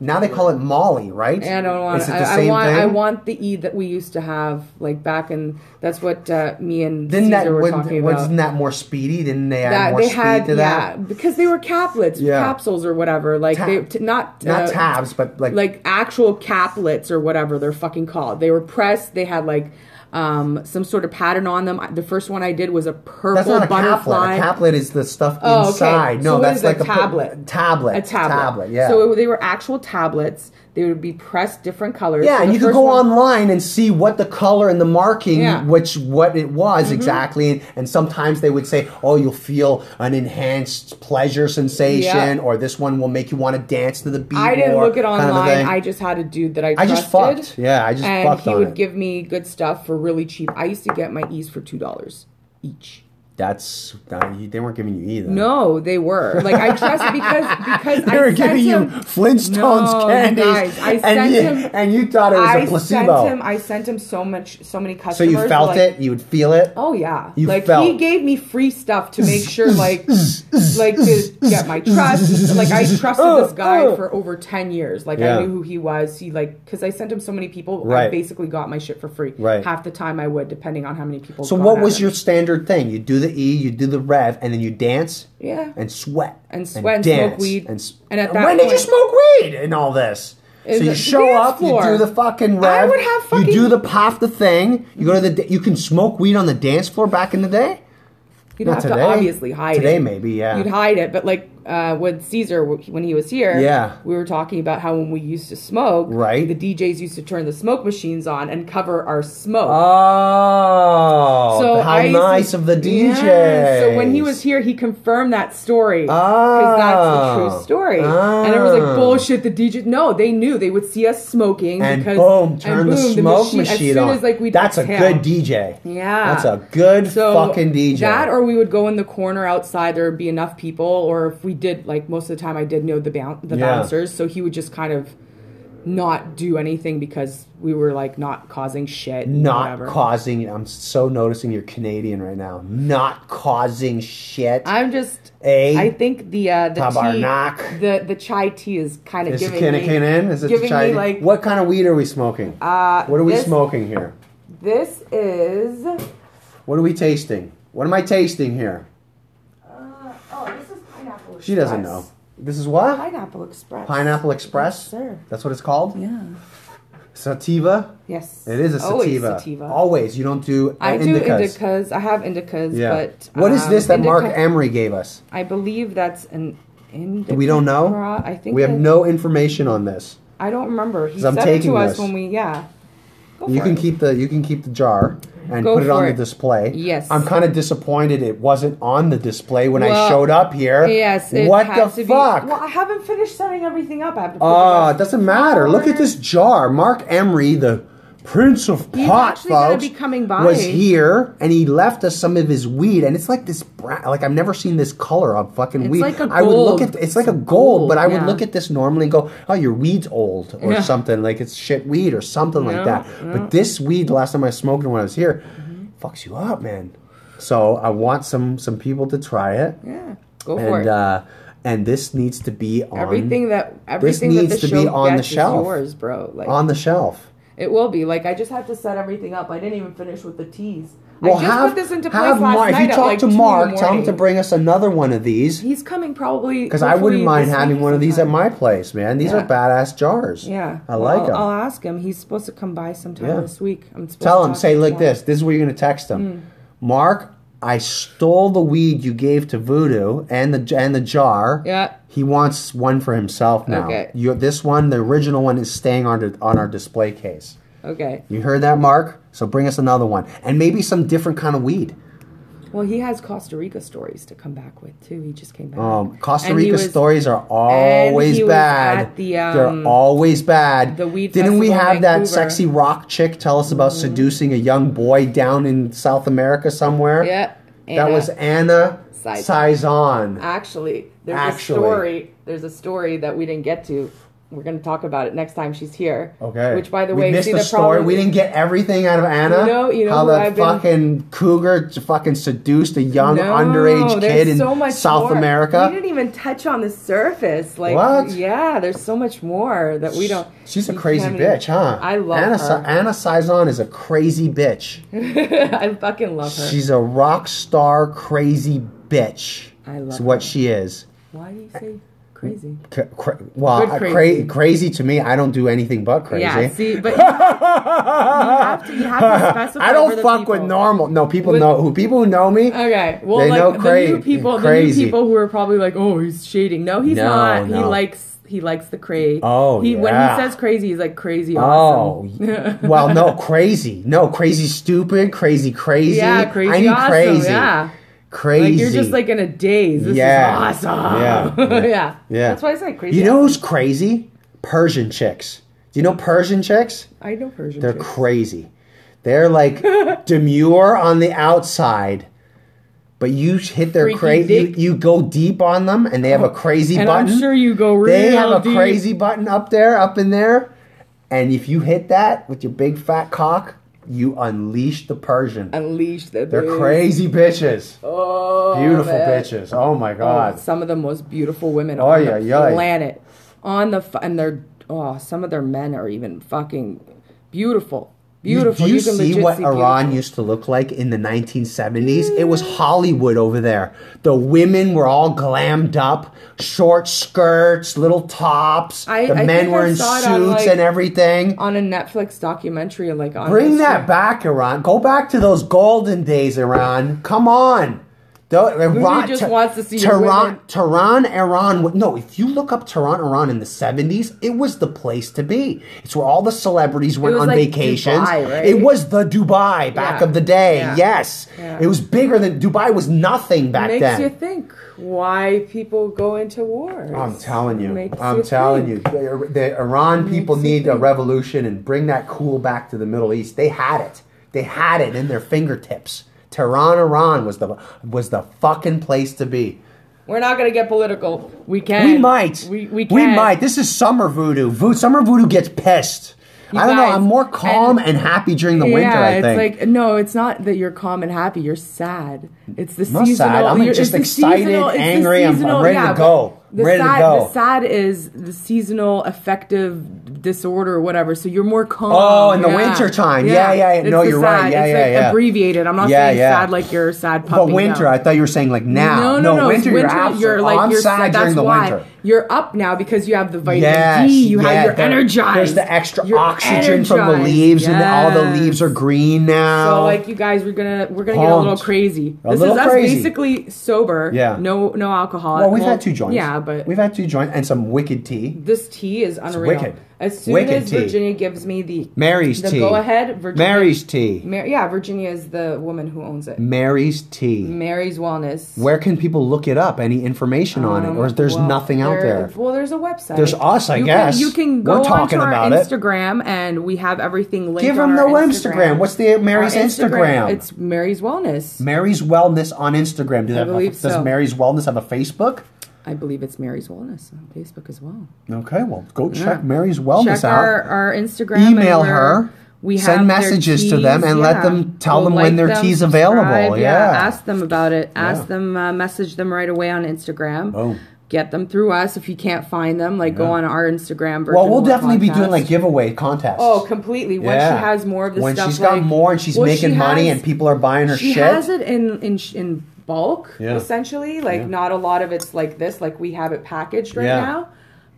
S2: Now they call it Molly, right?
S1: And I don't want.
S2: Is it the
S1: I, I
S2: same
S1: want.
S2: thing?
S1: I want the E that we used to have, like back in. That's what uh, me and
S2: Didn't
S1: Caesar
S2: that
S1: were
S2: wasn't,
S1: talking about.
S2: wasn't that more speedy? Didn't they add
S1: that
S2: more
S1: they
S2: speed
S1: had, yeah,
S2: to that?
S1: because they were caplets,
S2: Yeah.
S1: capsules or whatever. Like
S2: Tap-
S1: they t- not
S2: Not
S1: uh,
S2: tabs, but like,
S1: like actual caplets or whatever they're fucking called. They were pressed. They had like um, some sort of pattern on them. I- The first one I did was a purple
S2: that's not a
S1: butterfly.
S2: caplet. A caplet is the stuff
S1: Oh, okay.
S2: inside. No,
S1: So what
S2: that's
S1: is a
S2: like pu-
S1: tablet?
S2: tablet.
S1: a tablet.
S2: Yeah.
S1: So they were actual tablets. They would be pressed different colors.
S2: yeah,
S1: So
S2: and
S1: the
S2: you could
S1: first
S2: go
S1: one-
S2: online and see what the color and the marking,
S1: Yeah. Mm-hmm.
S2: which what it was exactly, and, and sometimes they would say, "Oh, you'll feel an enhanced pleasure sensation,"
S1: Yeah.
S2: or "This one will make you want to dance to the beat."
S1: I didn't
S2: more,"
S1: look it
S2: kind of a
S1: online.
S2: thing.
S1: I just had a dude that I
S2: I
S1: trusted.
S2: just fucked. Yeah, I just
S1: and
S2: fucked
S1: he
S2: on
S1: would
S2: it.
S1: give me good stuff for really cheap. I used to get my E's for two dollars each.
S2: That's uh, you- they weren't giving you either.
S1: No, they were like I trust because because
S2: They
S1: I
S2: were
S1: sent
S2: giving you
S1: him,
S2: Flintstones
S1: No, you
S2: candies,
S1: guys, I
S2: and
S1: sent
S2: you
S1: him-
S2: and you thought it was a
S1: I
S2: placebo.
S1: sent him. I sent him so much, so many customers.
S2: so you felt
S1: like,
S2: it, you would feel it.
S1: Oh yeah,
S2: You
S1: like
S2: felt-
S1: he gave me free stuff to make sure, like, like to get my trust. Like I trusted this guy for over ten years. Like
S2: Yeah.
S1: I knew who he was. He like because I sent him so many people.
S2: Right.
S1: I basically got my shit for free.
S2: Right.
S1: Half the time I would, depending on how many people.
S2: So
S1: got
S2: what
S1: at
S2: was
S1: it.
S2: your standard thing? You do the E, you do the rev, and then you dance
S1: yeah?
S2: and sweat
S1: And sweat and smoke weed.
S2: and, s-
S1: And at that
S2: when did you
S1: point-
S2: smoke need in all this?
S1: Is
S2: so you
S1: it
S2: show
S1: dance
S2: up,
S1: floor?
S2: you do the fucking rev,
S1: I would have
S2: you
S1: fucking-
S2: do the pop the thing. You go to the da- you can smoke weed on the dance floor back in the day.
S1: You'd
S2: Not
S1: have
S2: today.
S1: to obviously hide
S2: Today
S1: it.
S2: maybe, yeah.
S1: You'd hide it, but like uh, with Caesar w- when he was here,
S2: Yeah.
S1: we were talking about how when we used to smoke,
S2: Right.
S1: the DJs used to turn the smoke machines on and cover our smoke.
S2: Oh, how
S1: I used to-
S2: nice of the DJ.
S1: Yeah, So when he was here, he confirmed that story. that's the
S2: Ah.
S1: true story. And everyone's
S2: Ah.
S1: like, bullshit, the DJ. No, they knew. They would see us smoking.
S2: and
S1: because,
S2: boom, turn
S1: and
S2: the
S1: boom,
S2: smoke machine,
S1: As soon
S2: on.
S1: as like, we'd
S2: That's
S1: exhale.
S2: a good DJ.
S1: Yeah.
S2: that's a good fucking DJ.
S1: That or we would go in the corner outside. There would be enough people. Or if we did, like most of the time, I did know the boun- the
S2: Yeah.
S1: bouncers, so he would just kind of not do anything because we were like not causing shit. and
S2: not
S1: whatever.
S2: causing. I'm so noticing you're Canadian right now. Not causing shit.
S1: I'm just.
S2: A.
S1: I think the uh, the
S2: Tabarnak.
S1: tea, the the chai tea is kind of
S2: is it
S1: giving
S2: can
S1: me
S2: it can in? Is it
S1: giving me,
S2: Chinese?
S1: like-
S2: what kind of weed are we smoking?
S1: Uh,
S2: what are we
S1: this-
S2: smoking here?
S1: This is
S2: What are we tasting? What am I tasting here?
S3: Uh, oh, this is pineapple.
S2: She doesn't know. This is what?
S3: Pineapple Express.
S2: Pineapple Express.
S3: sir.
S2: That's what it's called.
S1: yeah.
S2: Sativa.
S1: Yes,
S2: It is a sativa.
S1: Always sativa.
S2: Always. You don't do.
S1: I do
S2: indicas.
S1: indicas. I have indicas,
S2: Yeah.
S1: but
S2: what is
S1: um,
S2: this that Mark
S1: indica-
S2: Emery gave us?
S1: I believe that's an indica.
S2: We don't know.
S1: I think
S2: we have
S1: that-
S2: no information on this.
S1: I don't remember. He
S2: 'Cause I'm
S1: said it
S2: taking
S1: to us
S2: this.
S1: when we yeah. Go
S2: You
S1: for
S2: can
S1: it.
S2: keep the you can keep the jar and
S1: Go
S2: put it on
S1: for
S2: the
S1: it.
S2: display.
S1: Yes.
S2: I'm kind of disappointed it wasn't on the display when I
S1: Well,
S2: showed up here.
S1: Yes. It
S2: what
S1: had
S2: the
S1: to
S2: fuck?
S1: Be, well, I haven't finished setting everything up. I have to. put
S2: Ah,
S1: the
S2: it
S1: rest-
S2: doesn't matter. Look at this jar. Mark Emery, the Prince of
S1: He's
S2: Pot,
S1: actually gonna
S2: folks,
S1: be coming by.
S2: was here and he left us some of his weed, and it's like this brown. Like I've never seen this color of fucking
S1: It's
S2: weed.
S1: like a
S2: I would look
S1: gold.
S2: at it's like a
S1: It's a
S2: gold,
S1: gold,
S2: but I would
S1: yeah.
S2: look at this normally and go, "Oh, your weed's old" or
S1: Yeah.
S2: something like it's shit weed or something like
S1: No,
S2: that.
S1: no.
S2: But this weed, the last time I smoked it when I was here,
S1: Mm-hmm.
S2: fucks you up, man. So I want some some people to try it,
S1: Yeah. Go for
S2: and
S1: it.
S2: uh, and this needs to be on
S1: everything that everything
S2: needs
S1: that the
S2: to
S1: show
S2: be on the
S1: gets
S2: shelf.
S1: is yours, bro. Like
S2: on the shelf.
S1: it will be. Like I just have to set everything up. I didn't even finish with the teas.
S2: Well,
S1: I just
S2: have,
S1: put this into place
S2: have
S1: last
S2: Mark.
S1: night
S2: if you
S1: at,
S2: talk
S1: like,
S2: to
S1: 2 in the
S2: Mark, tell him to
S1: morning.
S2: bring us another one of these
S1: He's coming probably
S2: because I wouldn't
S1: hopefully
S2: mind
S1: this
S2: having
S1: week
S2: one of these at
S1: sometime.
S2: my place, man. These are
S1: Yeah.
S2: badass jars.
S1: Yeah,
S2: I
S1: Well,
S2: like them.
S1: I'll, I'll ask him. He's supposed to come by sometime
S2: Yeah.
S1: this week. I'm supposed
S2: tell
S1: to
S2: him,
S1: talk
S2: say
S1: to
S2: like
S1: tomorrow.
S2: this. This is what you're gonna text him,
S1: Mm.
S2: Mark. I stole the weed you gave to Voodoo and the and the jar.
S1: Yeah.
S2: He wants one for himself now.
S1: Okay.
S2: You, this one, the original one, is staying on the- on our display case.
S1: Okay.
S2: You heard that, Mark? So bring us another one, and maybe some different kind of weed.
S1: Well, he has Costa Rica stories to come back with too. He just came back.
S2: Um, Costa
S1: And he
S2: Rica
S1: was-
S2: stories are always
S1: he was
S2: bad.
S1: at the,
S2: They're
S1: um,
S2: always bad.
S1: the weed
S2: Didn't we
S1: festival
S2: have
S1: in
S2: that
S1: Vancouver? Mm.
S2: sexy rock chick tell us about seducing a young boy down in South America somewhere?
S1: Yeah.
S2: that
S1: Anna.
S2: was Anna
S1: Size-
S2: Saison.
S1: uh, Actually, there's
S2: Actually.
S1: a story. There's a story that we didn't get to. We're going to talk about it next time she's here.
S2: Okay.
S1: Which, by the
S2: we
S1: way,
S2: missed
S1: see
S2: the
S1: the
S2: story.
S1: problem-
S2: We didn't get everything out of Anna.
S1: You know- you know
S2: how
S1: who
S2: the
S1: I've been-
S2: fucking cougar j- fucking seduced a young
S1: No,
S2: underage
S1: there's
S2: kid in
S1: so much
S2: South
S1: more. We
S2: America.
S1: didn't even touch on the surface. Like,
S2: What?
S1: yeah, there's so much more that we don't.
S2: She's a
S1: you
S2: crazy
S1: can't even-
S2: bitch, huh?
S1: I love
S2: Anna, Sa-
S1: her.
S2: Anna Saison is a crazy bitch.
S1: I fucking love her.
S2: She's a rock star, crazy bitch.
S1: I love
S2: It's what
S1: her.
S2: she is.
S1: Why do you say crazy?
S2: C- cra- well,
S1: Good
S2: uh, cra-
S1: crazy.
S2: crazy to me, I don't do anything but crazy.
S1: Yeah, see, but you have to, you have to specify.
S2: I don't
S1: for the
S2: fuck
S1: people.
S2: with normal. No, people
S1: With-
S2: know who people who know me.
S1: Okay, well,
S2: They
S1: like
S2: know
S1: the
S2: cra-
S1: new people, the
S2: crazy.
S1: new people who are probably like, "Oh, he's shading." No, he's
S2: No,
S1: not. He
S2: no.
S1: likes he likes the crazy.
S2: Oh,
S1: he when
S2: yeah.
S1: he says crazy, he's like crazy
S2: Oh,
S1: awesome.
S2: well, no, crazy. No, crazy, stupid, crazy, crazy.
S1: yeah, crazy
S2: I need
S1: awesome.
S2: crazy.
S1: Yeah,
S2: Crazy.
S1: like you're just like in a daze. This
S2: Yeah.
S1: is awesome.
S2: Yeah.
S1: yeah.
S2: Yeah. Yeah.
S1: That's why I say crazy.
S2: You know who's
S1: awesome.
S2: crazy? Persian chicks. Do you know Persian chicks?
S1: I know Persian.
S2: They're
S1: too.
S2: crazy. They're like demure on the outside, but you hit their
S1: Freaky
S2: crazy. You,
S1: dick.
S2: you go deep on them, and they have a crazy
S1: and
S2: button.
S1: I'm sure you go real
S2: they have a
S1: deep.
S2: crazy button up there, up in there, and if you hit that with your big fat cock, you unleash the Persian.
S1: unleash the.
S2: They're
S1: booze.
S2: crazy bitches.
S1: Oh,
S2: Beautiful
S1: man.
S2: bitches. Oh my god.
S1: Oh, some of the most beautiful women
S2: Oh,
S1: on
S2: yeah,
S1: the
S2: yeah.
S1: planet. On the f- and they're oh, some of their men are even fucking beautiful. Beautiful.
S2: Do you,
S1: can
S2: see
S1: legit
S2: what
S1: see
S2: Iran
S1: beautiful.
S2: used to look like in the 1970s? It was Hollywood over there. The women were all glammed up, short skirts, little tops.
S1: I-
S2: the
S1: I
S2: men
S1: think
S2: were
S1: I
S2: in suits
S1: saw it on, like-
S2: and everything.
S1: on a Netflix documentary, like on
S2: Bring
S1: Instagram.
S2: that back, Iran. Go back to those golden days, Iran. Come on. uh, Don't- Iran,
S1: just
S2: Te-
S1: wants to see your
S2: Tehran,
S1: women.
S2: Tehran, Iran. wa- No, if you look up Tehran, Iran in the 70s, it was the place to be. It's where all the celebrities went
S1: was
S2: on
S1: like
S2: vacations.
S1: Dubai, right?
S2: It was the Dubai back
S1: Yeah.
S2: of the day.
S1: Yeah.
S2: Yes.
S1: Yeah.
S2: It was bigger than Dubai was nothing back
S1: makes
S2: then.
S1: you think why people go into war.
S2: I'm telling you.
S1: Makes
S2: I'm telling you.
S1: think.
S2: The, the Iran people
S1: Makes you
S2: need a
S1: think.
S2: revolution and bring that cool back to the Middle East. They had it. They had it in their fingertips. Tehran, Iran was the was the fucking place to be.
S1: We're not gonna get political. We can.
S2: We might.
S1: We we can.
S2: we might. This is summer voodoo. Vo- summer voodoo gets pissed.
S1: You
S2: I don't know.
S1: guys,
S2: I'm more calm and,
S1: and-
S2: happy during the
S1: yeah,
S2: winter. I
S1: it's
S2: think.
S1: like no, it's not that you're calm and happy. You're sad. It's the
S2: not
S1: seasonal.
S2: sad. I'm
S1: you're- it's
S2: just
S1: the
S2: excited,
S1: seasonal- it's the
S2: angry, I'm- I'm
S1: seasonal-
S2: ready to
S1: yeah,
S2: go.
S1: but The
S2: Ready to
S1: sad,
S2: go.
S1: The sad is the seasonal affective disorder or whatever. So you're more calm.
S2: Oh, in the
S1: yeah.
S2: winter time. Yeah, yeah,
S1: It's
S2: no,
S1: the
S2: you're right.
S1: sad.
S2: Yeah,
S1: it's
S2: yeah,
S1: like
S2: yeah.
S1: Abbreviated. I'm not
S2: Yeah,
S1: saying
S2: yeah.
S1: sad like you're a sad puppy.
S2: but winter,
S1: no.
S2: I thought you were saying like now.
S1: No, no, no.
S2: winter,
S1: it's
S2: you're
S1: winter.
S2: absent.
S1: You're like
S2: oh, I'm
S1: you're
S2: sad
S1: sad.
S2: during
S1: That's
S2: the
S1: why
S2: winter.
S1: you're up now because you have the vitamin
S2: Yes,
S1: D. You
S2: yeah,
S1: have your
S2: there-
S1: energized.
S2: There's the extra
S1: You're
S2: oxygen from the
S1: energized.
S2: leaves, and and all the
S1: Yes.
S2: leaves are green now.
S1: So like you guys, we're gonna we're gonna get a little
S2: Pumped.
S1: crazy.
S2: A
S1: this
S2: little
S1: is us
S2: crazy.
S1: basically sober.
S2: Yeah.
S1: No no alcohol.
S2: well, we've had two joints.
S1: Yeah, but
S2: we've had two joints and some wicked tea.
S1: this tea is unreal.
S2: wicked.
S1: As soon
S2: Wicked
S1: as
S2: tea.
S1: Virginia gives me the
S2: Mary's
S1: the
S2: tea.
S1: go ahead, Virginia
S2: Mary's tea.
S1: Mar- yeah, Virginia is the woman who owns it.
S2: Mary's tea.
S1: Mary's Wellness.
S2: Where can people look it up? Any information on it, or is there's
S1: Um, Well,
S2: nothing out there?
S1: Well, there's a website.
S2: There's us, I
S1: you
S2: guess.
S1: Can, you can
S2: We're
S1: go
S2: talking
S1: onto our
S2: about it.
S1: Instagram, and we have everything linked.
S2: Give
S1: on
S2: them the
S1: our
S2: Instagram. What's the
S1: Our
S2: Mary's Instagram?
S1: It's Mary's Wellness.
S2: Mary's Wellness on Instagram. Do they have a-
S1: believe
S2: Does
S1: so.
S2: Mary's Wellness have a Facebook?
S1: I believe it's Mary's Wellness on Facebook as well.
S2: Okay, well, go check
S1: Yeah.
S2: Mary's Wellness
S1: Check
S2: out.
S1: our, our Instagram.
S2: Email
S1: and we're-
S2: her.
S1: We have
S2: Send
S1: their
S2: messages to
S1: teas,
S2: them and let
S1: yeah.
S2: them- tell
S1: We'll
S2: them when
S1: like
S2: their
S1: them,
S2: tea's available,
S1: subscribe,
S2: yeah.
S1: Ask them about it. Ask
S2: Yeah.
S1: them. Uh, message them right away on Instagram.
S2: Boom.
S1: Get them through us if you can't find them. Like go
S2: Yeah.
S1: on our Instagram. Virgin
S2: well, we'll
S1: Whore
S2: definitely be doing
S1: Podcast.
S2: like giveaway contests.
S1: Oh, completely. Once she has more of the
S2: when
S1: stuff,
S2: she's got
S1: like-
S2: more and she's
S1: Well,
S2: making
S1: she
S2: money
S1: has-
S2: and people are buying her
S1: she
S2: shit.
S1: has it in in sh- in bulk
S2: Yeah.
S1: essentially. Like
S2: Yeah.
S1: not a lot of it's like this. Like we have it packaged right
S2: Yeah.
S1: now,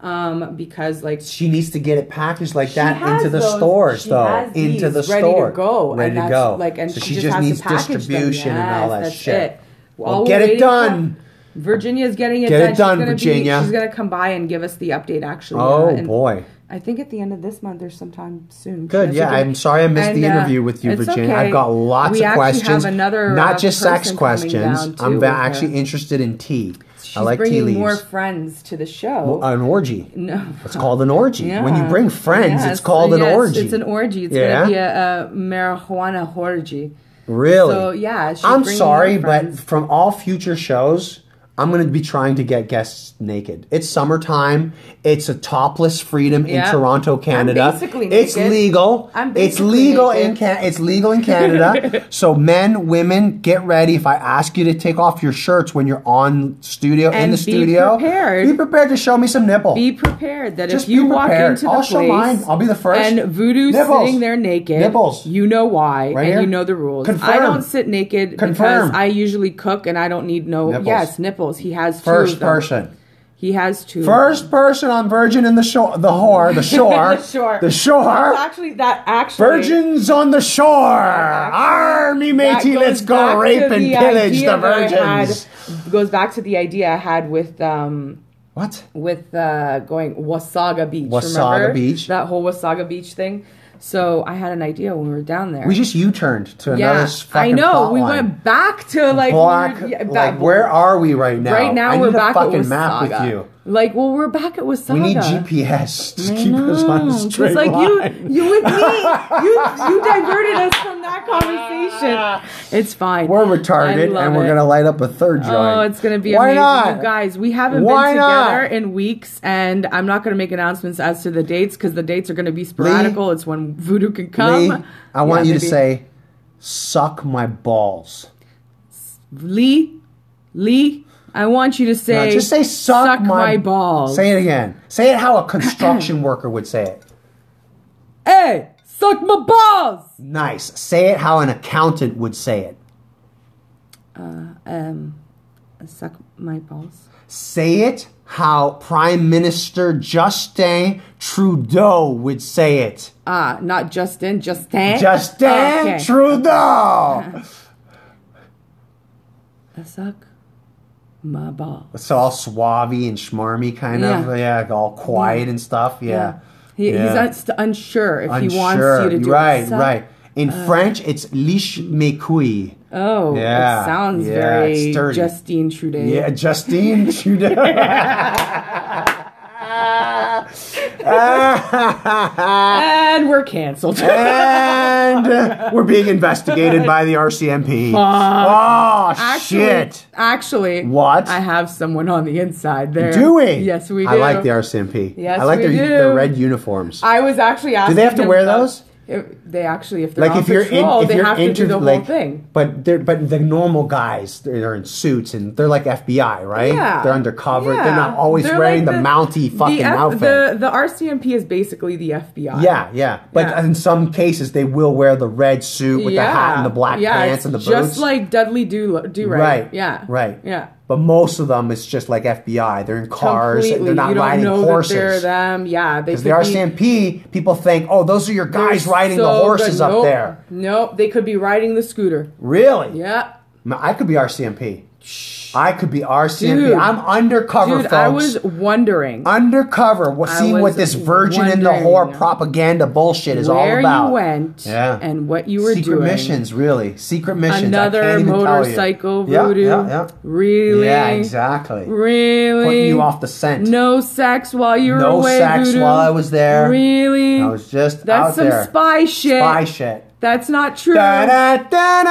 S1: um, because like
S2: She needs to get it packaged like
S1: She
S2: that
S1: has
S2: into the
S1: those-
S2: stores,
S1: she
S2: though.
S1: has these
S2: into the
S1: ready to
S2: store,
S1: go, and
S2: ready to
S1: that's,
S2: go.
S1: like, and
S2: so
S1: she
S2: she,
S1: just
S2: just
S1: has to
S2: needs
S1: package them.
S2: distribution and all
S1: Yes,
S2: that
S1: that's
S2: shit.
S1: it.
S2: Well,
S1: All we're
S2: get it
S1: waiting for-
S2: done.
S1: Virginia's getting it
S2: Get
S1: done.
S2: it
S1: she's
S2: done,
S1: gonna
S2: Virginia.
S1: Be, she's gonna come by and give us the update. Actually,
S2: Oh
S1: uh, and
S2: boy,
S1: I think at the end of this month or sometime soon.
S2: good.
S1: She has
S2: Yeah,
S1: to do-
S2: I'm sorry I missed
S1: And,
S2: the
S1: uh,
S2: interview with you,
S1: it's
S2: Virginia.
S1: okay.
S2: I've got lots
S1: We
S2: of
S1: actually
S2: questions,
S1: have another,
S2: not
S1: uh,
S2: just sex
S1: person coming
S2: questions.
S1: down, too,
S2: I'm
S1: with
S2: ba-
S1: her.
S2: actually interested in tea.
S1: She's
S2: I like tea
S1: bringing
S2: leaves. Oh,
S1: more friends to the show.
S2: an orgy.
S1: no.
S2: It's called an orgy. When you
S1: Yeah.
S2: bring friends,
S1: Yes,
S2: it's called an
S1: yes,
S2: orgy.
S1: It's an orgy. It's
S2: Yeah?
S1: gonna be a, a marijuana orgy.
S2: Really?
S1: So yeah, she's
S2: I'm
S1: bringing
S2: sorry,
S1: her
S2: but
S1: friends.
S2: from all future shows, I'm going to be trying to get guests naked. It's summertime. It's a topless freedom in
S1: Yeah.
S2: Toronto, Canada.
S1: basically
S2: it's
S1: naked.
S2: legal.
S1: I'm
S2: it's
S1: basically
S2: legal
S1: naked.
S2: in Can- It's legal in Canada. so men, women, get ready. If I ask you to take off your shirts when you're on studio in
S1: And
S2: the
S1: be
S2: studio,
S1: prepared.
S2: be prepared to show me some nipple.
S1: be prepared that
S2: Just
S1: if you
S2: be
S1: walk
S2: prepared.
S1: into the
S2: I'll
S1: place
S2: show mine. I'll be the first.
S1: and voodoo's
S2: Nipples.
S1: sitting there naked
S2: Nipples.
S1: you know why
S2: Right
S1: and
S2: here.
S1: you know the rules i
S2: Confirm.
S1: don't sit naked
S2: Confirm.
S1: because i usually cook and i don't need no
S2: Nipples.
S1: yes nipples he has two
S2: First
S1: of them.
S2: person.
S1: he has two
S2: First person on Virgin in the Shore, the whore, the shore,
S1: the shore
S2: the shore.
S1: That's actually that actually
S2: Virgins on the shore,
S1: actually,
S2: army
S1: that
S2: matey,
S1: goes
S2: let's
S1: back
S2: go
S1: to
S2: rape and
S1: the
S2: pillage
S1: idea
S2: the
S1: that I had-
S2: virgins.
S1: goes back to the idea i had with um
S2: What?
S1: with uh, going Wasaga Beach.
S2: Wasaga
S1: remember?
S2: Beach.
S1: That whole Wasaga Beach thing. So I had an idea when we were down there.
S2: We just U-turned to another
S1: yeah,
S2: s-
S1: I
S2: fucking
S1: know.
S2: plot
S1: We
S2: line.
S1: went back to like we were-
S2: Black,
S1: yeah,
S2: like
S1: back-
S2: where are we right now?
S1: right now
S2: I
S1: we're
S2: need
S1: back
S2: a fucking
S1: at
S2: map with
S1: Wasaga.
S2: you.
S1: Like, well, we're back at Wasaga.
S2: We need GPS to
S1: I
S2: keep us on a
S1: know.
S2: straight
S1: Just like
S2: line.
S1: you, you with me, you you diverted us from that conversation. It's fine.
S2: we're
S1: I
S2: retarded,
S1: love
S2: and we're
S1: it.
S2: gonna light up a third joint.
S1: Oh, it's gonna be
S2: Why
S1: amazing,
S2: not?
S1: you guys. We haven't
S2: Why
S1: been
S2: not?
S1: together in weeks, and I'm not gonna make announcements as to the dates because the dates are gonna be sporadical. it's when voodoo can come.
S2: Lee, I want
S1: Yeah,
S2: you to
S1: maybe.
S2: say, "Suck my balls."
S1: Lee, Lee. I want you to say
S2: No, just say suck,
S1: my, balls.
S2: Say it again. Say it how a construction worker would say it.
S1: hey, Suck my balls.
S2: Nice. Say it how an accountant would say it.
S1: Um, suck my balls.
S2: Say it how Prime Minister Justin Trudeau would say it.
S1: Ah, not Justin, Justin. Oh,
S2: Justin
S1: Okay.
S2: Trudeau.
S1: suck my balls.
S2: It's all suavey and schmarmy, kind of.
S1: Yeah.
S2: Yeah, all quiet and stuff. Yeah.
S1: He,
S2: Yeah.
S1: He's un- unsure if he wants
S2: Unsure.
S1: you to do
S2: Right,
S1: it. Suck- Uh.
S2: right. In French, it's liche mécouille.
S1: Oh,
S2: Yeah,
S1: it sounds
S2: yeah,
S1: very
S2: it's dirty.
S1: Justine Trudeau.
S2: Yeah, Justine Trudeau.
S1: And we're canceled.
S2: Eh, and uh, we're being investigated by the RCMP. oh,
S1: Actually-
S2: shit.
S1: Actually,
S2: What?
S1: I have someone on the inside there.
S2: Do we?
S1: Yes, we do.
S2: I like the RCMP.
S1: Yes,
S2: I like
S1: we
S2: their,
S1: do.
S2: their red uniforms.
S1: I was actually asking.
S2: have to
S1: him
S2: wear
S1: about-
S2: those?
S1: If they actually, if they're
S2: like
S1: on
S2: if you're in,
S1: patrol,
S2: if
S1: they
S2: you're
S1: have
S2: into
S1: to do the
S2: like,
S1: whole thing.
S2: but they're but the normal guys they're, they're in suits and they're like FBI, right?
S1: Yeah,
S2: eh, they're undercover. They're
S1: Yeah.
S2: not always
S1: They're
S2: wearing
S1: like
S2: the, mounty fucking
S1: the F-
S2: outfit.
S1: The the RCMP is basically the FBI.
S2: yeah, yeah. But
S1: Yeah.
S2: in some cases, they will wear the red suit with
S1: yeah.
S2: the hat and the black
S1: yeah,
S2: pants
S1: it's
S2: and the
S1: just
S2: boots.
S1: like Dudley Do Do right.
S2: Right.
S1: Yeah.
S2: Right.
S1: Yeah.
S2: but most of them, it's just like FBI. They're in cars.
S1: Completely.
S2: They're not
S1: you don't
S2: riding
S1: know
S2: horses.
S1: That they're them. Yeah. They
S2: Because the
S1: could be-
S2: RCMP, people think, oh, those are your guys
S1: they're
S2: riding the
S1: so
S2: horses
S1: good.
S2: up
S1: Nope.
S2: there.
S1: Nope. They could be riding the scooter.
S2: Really?
S1: Yeah.
S2: Man, I could be RCMP. I could be RCMP.
S1: Dude.
S2: I'm undercover,
S1: Dude,
S2: folks.
S1: I was wondering.
S2: undercover, wha-
S1: I
S2: seeing
S1: was
S2: what this virgin and the
S1: wondering
S2: whore propaganda bullshit is all
S1: where
S2: about.
S1: you went
S2: Yeah.
S1: and what you were
S2: Secret
S1: doing.
S2: missions, really. Secret missions. I
S1: Another
S2: can't even tell you.
S1: motorcycle
S2: Yeah,
S1: voodoo.
S2: Yeah, yeah.
S1: Really?
S2: Yeah, exactly.
S1: Really?
S2: Putting you off the scent.
S1: No sex while you were
S2: No
S1: away.
S2: sex
S1: voodoo?
S2: while I was there.
S1: Really?
S2: I was just
S1: That's
S2: out
S1: some
S2: there.
S1: spy shit.
S2: Spy shit.
S1: That's not true.
S2: Da-da, da-da.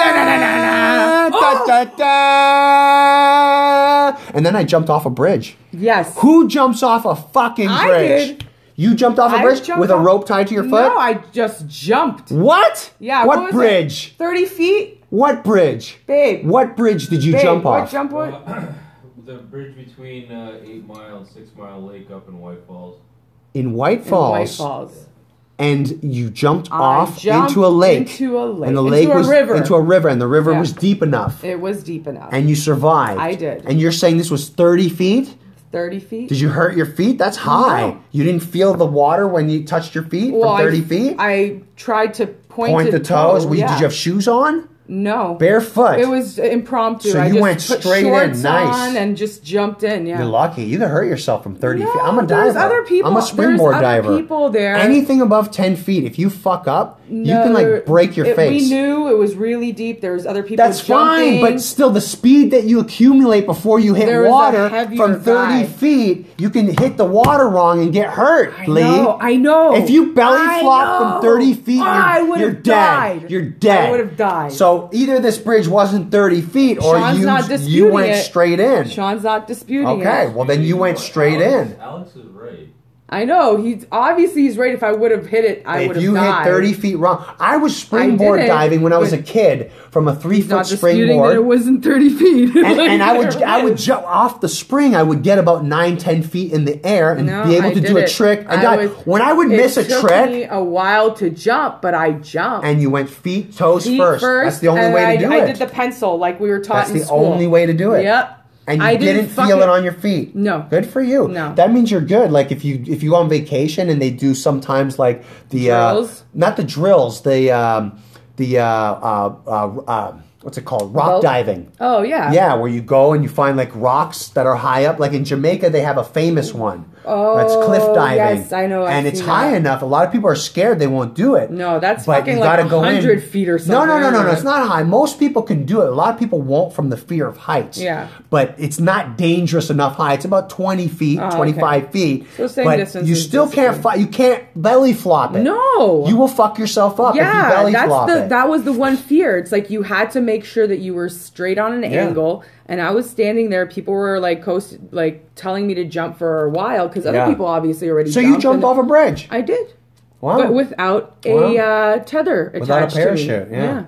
S1: Da-da-da-da-da. Oh!
S2: Da-da-da. And then I jumped off a bridge.
S1: Yes.
S2: Who jumps off a fucking bridge?
S1: I did.
S2: You jumped off a
S1: I
S2: bridge
S1: jumped
S2: with a
S1: off-
S2: rope tied to your foot?
S1: No, I just jumped.
S2: What?
S1: Yeah.
S2: What,
S1: was it?
S2: bridge?
S1: Thirty feet,
S2: What bridge?
S1: babe.
S2: What bridge did you
S1: babe,
S2: jump
S1: what
S2: off?
S1: Jump what?
S4: Well, the bridge between uh, Eight Mile and Six Mile Lake up in White Falls.
S2: in White
S1: In
S2: Falls.
S1: White Falls.
S2: And you jumped
S1: I
S2: off
S1: jumped
S2: into a lake.
S1: into a lake.
S2: And the
S1: Into
S2: lake
S1: a
S2: was
S1: river.
S2: into a river, and the river
S1: Yeah.
S2: was deep enough.
S1: It was deep enough.
S2: and you survived.
S1: I did.
S2: And you're saying this was 30 feet?
S1: Thirty feet.
S2: Did you hurt your feet? That's high.
S1: No.
S2: You didn't feel the water when you touched your feet
S1: well,
S2: from 30
S1: I,
S2: feet?
S1: I tried to point,
S2: Point the toes.
S1: Toe,
S2: Were you-
S1: yeah.
S2: Did you have shoes on?
S1: no
S2: Barefoot.
S1: It was impromptu.
S2: So
S1: I
S2: you
S1: just
S2: went
S1: put
S2: straight in,
S1: shorts
S2: nice.
S1: on and just jumped in. Yeah.
S2: You're lucky. You could hurt yourself from 30 feet. I'm a
S1: No, there's
S2: diver.
S1: other people-
S2: I'm a
S1: there's
S2: springboard
S1: other
S2: diver.
S1: people there.
S2: Anything above 10 feet, if you fuck up, you can
S1: No,
S2: like break your
S1: it-
S2: face.
S1: We knew it was really deep. There was other people.
S2: That's fine,
S1: jumping.
S2: but still, the speed that you accumulate before you hit
S1: There was a
S2: water
S1: heavier
S2: from 30
S1: guy.
S2: feet, you can hit the water wrong and get hurt,
S1: I
S2: Lee.
S1: know. I know.
S2: If you belly
S1: I
S2: flop
S1: know.
S2: from 30 feet, you're,
S1: I would
S2: you're
S1: have
S2: dead.
S1: died.
S2: You're dead.
S1: I would have died.
S2: So either this bridge wasn't 30 feet or
S1: Sean's
S2: you,
S1: not
S2: you
S1: disputing
S2: went
S1: it.
S2: straight in.
S1: Sean's not disputing it.
S2: okay, well, then you went straight
S4: Alex,
S2: in.
S4: Alex is right.
S1: I know. He's obviously he's right. If I would have hit it, I would
S2: If
S1: have
S2: you
S1: died.
S2: hit 30 feet wrong, I was springboard
S1: didn't,
S2: diving when I was a
S1: but-
S2: kid from a three
S1: He's not
S2: foot
S1: disputing that
S2: springboard.
S1: it wasn't thirty feet.
S2: and, and I would I would jump off the spring. I would get about nine ten feet in the air and
S1: No,
S2: be able
S1: I
S2: to do
S1: did
S2: a
S1: it.
S2: trick. And
S1: I
S2: die.
S1: was-
S2: when I would
S1: It
S2: miss a
S1: took
S2: trick,
S1: me a while to jump, but I jumped.
S2: and you went feet toes
S1: Feet
S2: first. That's the only
S1: and
S2: way
S1: I,
S2: to do
S1: I
S2: it.
S1: did the pencil like we were taught
S2: That's
S1: in
S2: the
S1: school.
S2: only way to do it.
S1: Yep.
S2: and you
S1: I didn't
S2: didn't, feel
S1: fucking-
S2: it on your feet.
S1: No.
S2: good for you.
S1: No.
S2: that means you're good. Like if you if you go on vacation and they do sometimes like the
S1: Drills?
S2: Uh, not the drills, the um, the uh, uh, uh, uh, what's it called? Rock
S1: Boat?
S2: diving.
S1: Oh yeah.
S2: Yeah, where you go and you find like rocks that are high up. Like in Jamaica, they have a famous one.
S1: Oh,
S2: that's cliff diving.
S1: yes, I know, I've
S2: and it's
S1: seen
S2: high
S1: that.
S2: enough. A lot of people are scared; they won't do it.
S1: No, that's
S2: but
S1: fucking
S2: you
S1: like
S2: gotta go in.
S1: 100 feet or
S2: No,
S1: something.
S2: no, no, no, no.
S1: Yeah.
S2: It's not high. Most people can do it. A lot of people won't from the fear of heights.
S1: Yeah.
S2: but it's not dangerous enough high. It's about twenty feet,
S1: Oh, okay.
S2: twenty-five feet.
S1: So same
S2: but
S1: distance
S2: you
S1: is
S2: still can't.
S1: discipline.
S2: Fi- you can't belly flop it.
S1: No.
S2: you will fuck yourself up if you
S1: Yeah,
S2: belly flop
S1: that's the
S2: it.
S1: that was the one fear. It's like you had to make sure that you were straight on an angle. And I was standing there. People were like coast, like telling me to jump for a while because other
S2: Yeah.
S1: people obviously already.
S2: so you
S1: jumped
S2: jumped
S1: and-
S2: off a bridge.
S1: I did,
S2: wow.
S1: but without a
S2: Wow.
S1: uh, tether
S2: Without a
S1: attached to me.
S2: parachute, yeah.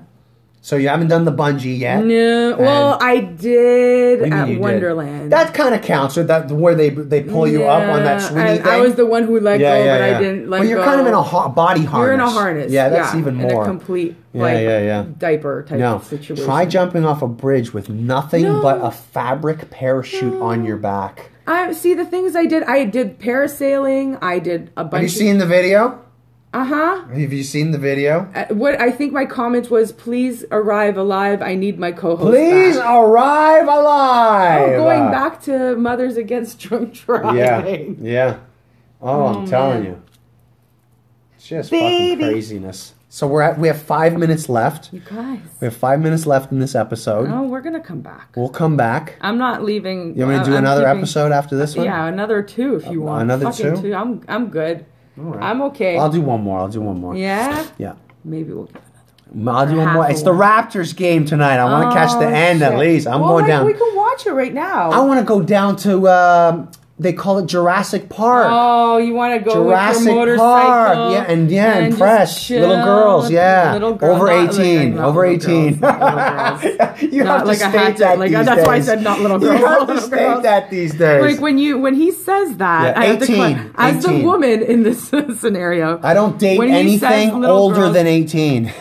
S2: So you haven't done the bungee yet.
S1: No. Well, I
S2: What do
S1: did
S2: you mean
S1: at
S2: you did?
S1: Wonderland.
S2: That kind of counts. or That where they they pull you up on that
S1: Yeah,
S2: swingy
S1: and
S2: thing.
S1: I was the one who let go, but I didn't let
S2: But you're
S1: go.
S2: kind of in a ha- body harness.
S1: You're in a harness.
S2: Yeah, that's even
S1: in
S2: more.
S1: a complete
S2: Yeah,
S1: like
S2: yeah, yeah.
S1: diaper type
S2: no,
S1: of situation.
S2: try jumping off a bridge with nothing
S1: No.
S2: but a fabric parachute on your back.
S1: I see the things I did. I did parasailing. I did a bunch.
S2: Have you seen the video?
S1: Uh huh.
S2: Have you seen the video?
S1: Uh, What I think my comment was, please arrive alive. I need my co-host.
S2: Please
S1: back."
S2: arrive alive.
S1: Oh, going back to Mothers Against Drunk
S2: Yeah,
S1: Driving.
S2: yeah. Oh, I'm telling you, it's just
S1: Baby.
S2: fucking craziness. So we're at we have five minutes left.
S1: You guys.
S2: We have five minutes left in this episode.
S1: Oh, we're gonna come back.
S2: We'll come back.
S1: I'm not leaving.
S2: You want me to
S1: I-
S2: do
S1: I'm
S2: another
S1: keeping-
S2: episode after this one?
S1: Yeah, another two if you want.
S2: another
S1: Fucking
S2: two?
S1: I'm I'm good.
S2: right.
S1: I'm okay.
S2: I'll do one more. I'll do one more.
S1: yeah,
S2: Yeah.
S1: maybe we'll. Get
S2: I'll do one
S1: half
S2: more.
S1: a
S2: It's the
S1: one.
S2: Raptors game tonight. I want to catch the
S1: Oh,
S2: end at
S1: shit.
S2: least. I'm
S1: Well,
S2: going
S1: like,
S2: down.
S1: We can watch it right now.
S2: I want to go down to. um they call it Jurassic Park.
S1: Oh, you want to go with
S2: Jurassic
S1: your motorcycle?
S2: Park. Yeah, and yeah,
S1: and just
S2: impress
S1: chill
S2: little girls.
S1: with
S2: Yeah,
S1: little girl-
S2: over
S1: not like-
S2: eighteen.
S1: not
S2: over
S1: little girls,
S2: eighteen.
S1: not little girls.
S2: you
S1: Not
S2: have
S1: like
S2: to
S1: I
S2: state
S1: had to-
S2: that
S1: like,
S2: these
S1: that's why I
S2: days.
S1: said not little
S2: You
S1: girls,
S2: have to
S1: little
S2: state
S1: girls.
S2: that these days.
S1: Like when you when he says that,
S2: Yeah,
S1: I have to
S2: 18,
S1: cla- as the
S2: 18.
S1: woman in this scenario,
S2: I don't date
S1: when he says
S2: anything
S1: little
S2: older
S1: girls-
S2: than eighteen.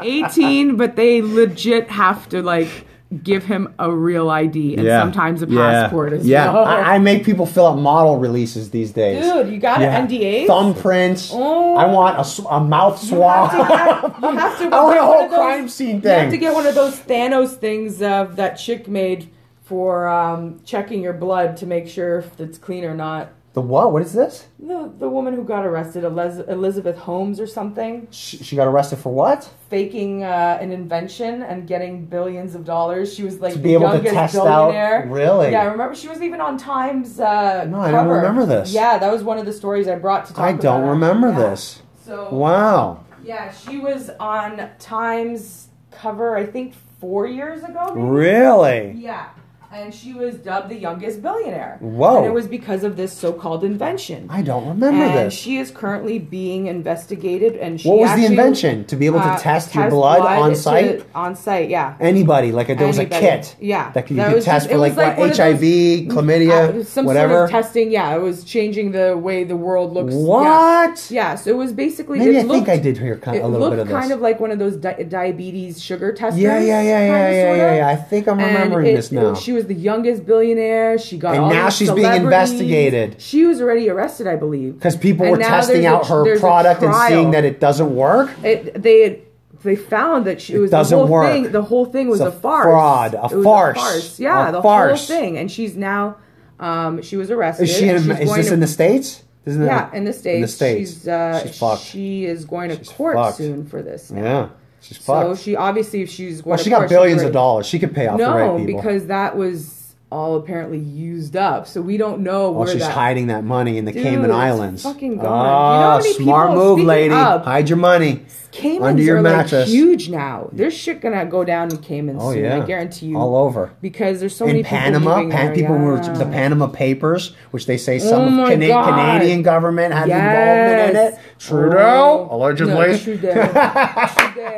S1: 18, but they legit have to like give him a real ID and sometimes a passport
S2: yeah.
S1: as
S2: yeah.
S1: well.
S2: I, I make people fill out model releases these days.
S1: Dude, you got
S2: Yeah.
S1: an NDA.
S2: Thumbprints.
S1: Oh.
S2: I want a s- a, mouth swab.
S1: You have to
S2: I want
S1: get
S2: a
S1: one
S2: whole
S1: of those-
S2: crime scene
S1: You have to
S2: thing.
S1: get one of those Thanos things uh, that chick made for um, checking your blood to make sure if it's clean or not.
S2: the what? What is this?
S1: The, the woman who got arrested, Eliz- Elizabeth Holmes or something,
S2: She, she got arrested for what?
S1: faking uh, an invention and getting billions of dollars. She was like
S2: To
S1: the
S2: be able to
S1: youngest
S2: test out-
S1: billionaire.
S2: really?
S1: Yeah, I remember she was even on Time's. Uh,
S2: No, I don't
S1: cover.
S2: remember this.
S1: Yeah, that was one of the stories I brought to talk
S2: I
S1: about
S2: don't
S1: it.
S2: remember
S1: Yeah.
S2: this.
S1: So
S2: Wow.
S1: Yeah, she was on Time's cover, I think, four years ago. maybe?
S2: Really?
S1: Yeah. And she was dubbed the youngest billionaire.
S2: Whoa.
S1: And it was because of this so called invention.
S2: I don't remember
S1: and
S2: this.
S1: she is currently being investigated. And she
S2: what was the
S1: actually,
S2: invention? To be able to
S1: uh,
S2: test your blood, on
S1: to-
S2: site?
S1: on site, yeah.
S2: Anybody, like a, there was a
S1: Anybody.
S2: kit
S1: Yeah.
S2: that you
S1: That
S2: could
S1: was
S2: test
S1: just-
S2: for
S1: it was
S2: like,
S1: like
S2: what
S1: one of those-
S2: HIV, chlamydia,
S1: Uh, some
S2: whatever.
S1: sort of testing, yeah. It was changing the way the world looks. yeah.
S2: what?
S1: Yeah, so it was basically.
S2: Maybe
S1: it
S2: I
S1: looked,
S2: think I did hear kind,
S1: It
S2: a little
S1: looked
S2: bit of this.
S1: kind of like one of those di- diabetes sugar testers.
S2: yeah, yeah, yeah, yeah,
S1: kinda,
S2: yeah,
S1: sorta.
S2: yeah, yeah. I think I'm
S1: And
S2: remembering
S1: it-
S2: this now.
S1: She was the youngest billionaire. She got
S2: And
S1: all
S2: now
S1: these
S2: she's being
S1: celebrities.
S2: investigated.
S1: She was already arrested, I believe.
S2: Because people
S1: And
S2: were
S1: now
S2: testing
S1: there's a-
S2: out her
S1: there's a
S2: product and seeing
S1: trial.
S2: that it doesn't work.
S1: It, they they found that she, it was
S2: doesn't
S1: the whole
S2: work.
S1: thing. The whole thing was
S2: It's a
S1: a, farce,
S2: fraud, a
S1: It was
S2: farce,
S1: Yeah,
S2: a
S1: the
S2: farce.
S1: whole thing. And she's now, um, she was arrested.
S2: Is she?
S1: and
S2: In,
S1: she's
S2: is
S1: going
S2: this
S1: to-
S2: in the states? Isn't it-
S1: Yeah, in the states.
S2: In the states.
S1: She's, uh,
S2: She's fucked.
S1: She is going to
S2: She's
S1: court
S2: fucked.
S1: soon for this. now.
S2: yeah, she's
S1: So
S2: fucked.
S1: she obviously, if she's going
S2: well,
S1: to
S2: she got
S1: court,
S2: billions
S1: she's
S2: of dollars. She could pay off the
S1: No,
S2: right people.
S1: because that was all apparently used up. So we don't know
S2: well,
S1: where
S2: Oh, she's
S1: that.
S2: hiding that money in the
S1: Dude,
S2: Cayman
S1: it's
S2: Islands.
S1: fucking gone. You know
S2: Ah,
S1: how many
S2: smart
S1: people-
S2: move,
S1: speaking
S2: lady.
S1: of-
S2: Hide your money.
S1: Caymans
S2: under your
S1: are
S2: mattress.
S1: like huge now. There's shit gonna go down in Caymans
S2: Oh
S1: soon.
S2: yeah,
S1: I guarantee you.
S2: All over.
S1: Because there's so
S2: in
S1: many people
S2: Panama,
S1: living
S2: Pan-
S1: there.
S2: people
S1: yeah.
S2: were the Panama Papers, which they say some
S1: Oh my
S2: Cana-
S1: God.
S2: Canadian government had involvement in
S1: Yes.
S2: it. Trudeau,
S1: Oh.
S2: allegedly.
S1: No, Trudeau. Trudeau.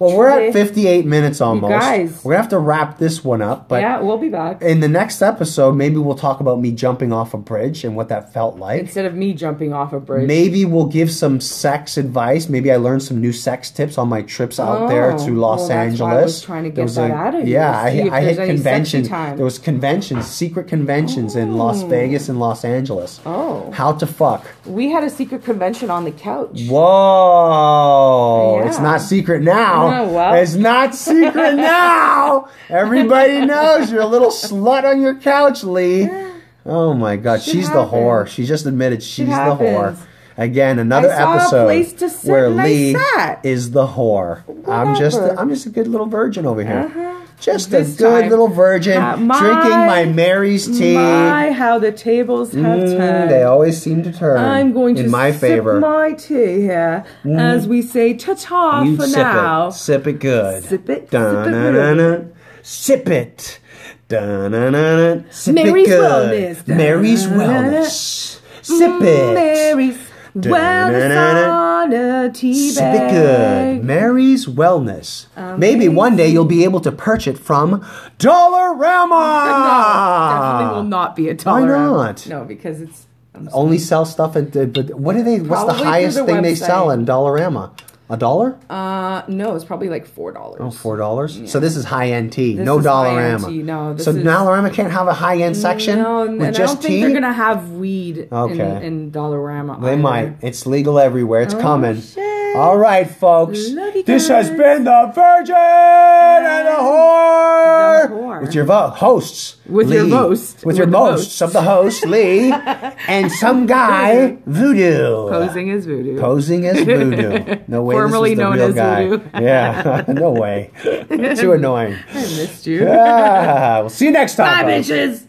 S2: Well, we're at
S1: Today-
S2: 58 minutes almost.
S1: guys.
S2: We're going to have to wrap this one up. But
S1: yeah, we'll be back.
S2: in the next episode, maybe we'll talk about me jumping off a bridge and what that felt like.
S1: Instead of me jumping off a bridge.
S2: Maybe we'll give some sex advice. Maybe I learned some new sex tips on my trips out there
S1: Oh,
S2: to Los
S1: well, that's why I
S2: Angeles.
S1: was trying to
S2: There
S1: get
S2: was
S1: that out of you,
S2: Yeah,
S1: to
S2: I,
S1: see if
S2: I hit
S1: there's any sexy
S2: conventions.
S1: time.
S2: There was conventions, secret conventions in Las Vegas and Los Angeles.
S1: Oh.
S2: how to fuck?
S1: we had a secret convention on the couch.
S2: Whoa!
S1: Yeah.
S2: It's not secret now.
S1: No, well.
S2: It's not secret now. Everybody knows you're a little slut on your couch, Lee. Oh my God,
S1: Shit
S2: she's the
S1: happens.
S2: whore. She just admitted she's the whore.
S1: happens.
S2: Again, another
S1: I saw a
S2: episode
S1: place to sit
S2: where
S1: and I
S2: Lee
S1: sat.
S2: is the whore. I'm just,
S1: Whatever. Uh-huh.
S2: I'm just a good little virgin over here. Just a
S1: This
S2: good
S1: time.
S2: little virgin,
S1: Uh, my-
S2: drinking my Mary's tea.
S1: My, how the tables have
S2: Mm,
S1: turned.
S2: they always seem to turn
S1: I'm going to
S2: in my
S1: sip
S2: favor. Mm.
S1: my tea here as we say ta-ta
S2: You
S1: for
S2: sip
S1: now.
S2: it. Sip it good.
S1: Sip it,
S2: Dun,
S1: sip it
S2: dun,
S1: really.
S2: dun. Sip it. Dun, dun, dun, dun. Sip
S1: Mary's
S2: it good.
S1: Wellness. Mm-hmm. Dun,
S2: Mary's
S1: dun, dun, dun. Mm,
S2: Wellness. Sip it.
S1: Mary's
S2: Dun,
S1: well
S2: dun, dun, dun.
S1: down a tea bag.
S2: Spickard, Mary's Wellness.
S1: Um,
S2: Maybe one day you'll be able to purchase it from
S1: No, definitely will
S2: Dollarama.
S1: not be a tolerant.
S2: Ah. not?
S1: No, because it's. I'm
S2: Only sell stuff at the, but what are they? What's
S1: Probably
S2: the
S1: through
S2: highest
S1: the
S2: thing they sell
S1: website.
S2: in Dollarama? A dollar?
S1: Uh, no, it's probably like four dollars.
S2: Oh, Four dollars. So this is high end tea, no
S1: is
S2: Dollarama.
S1: high-end tea, no, this
S2: so
S1: is-
S2: Dollarama can't have a high end section
S1: No, and,
S2: with
S1: and I
S2: just
S1: don't think
S2: tea.
S1: they're gonna have weed
S2: Okay.
S1: in, in Dollarama.
S2: They
S1: either.
S2: might. It's legal everywhere. It's coming.
S1: Oh, shit.
S2: All right, folks.
S1: Love you
S2: This has
S1: guys.
S2: been the Virgin and the Whore,
S1: The Whore.
S2: with your vo- hosts,
S1: With your
S2: Lee.
S1: most.
S2: with your
S1: With the
S2: most
S1: most.
S2: of the host Lee, and some guy Voodoo
S1: Posing as voodoo.
S2: posing as Voodoo. No way.
S1: Formerly
S2: this is the
S1: known
S2: real
S1: as
S2: guy.
S1: Voodoo.
S2: yeah. no way. Too annoying.
S1: I missed you.
S2: Ah, we'll see you next time.
S1: Bye,
S2: folks.
S1: bitches.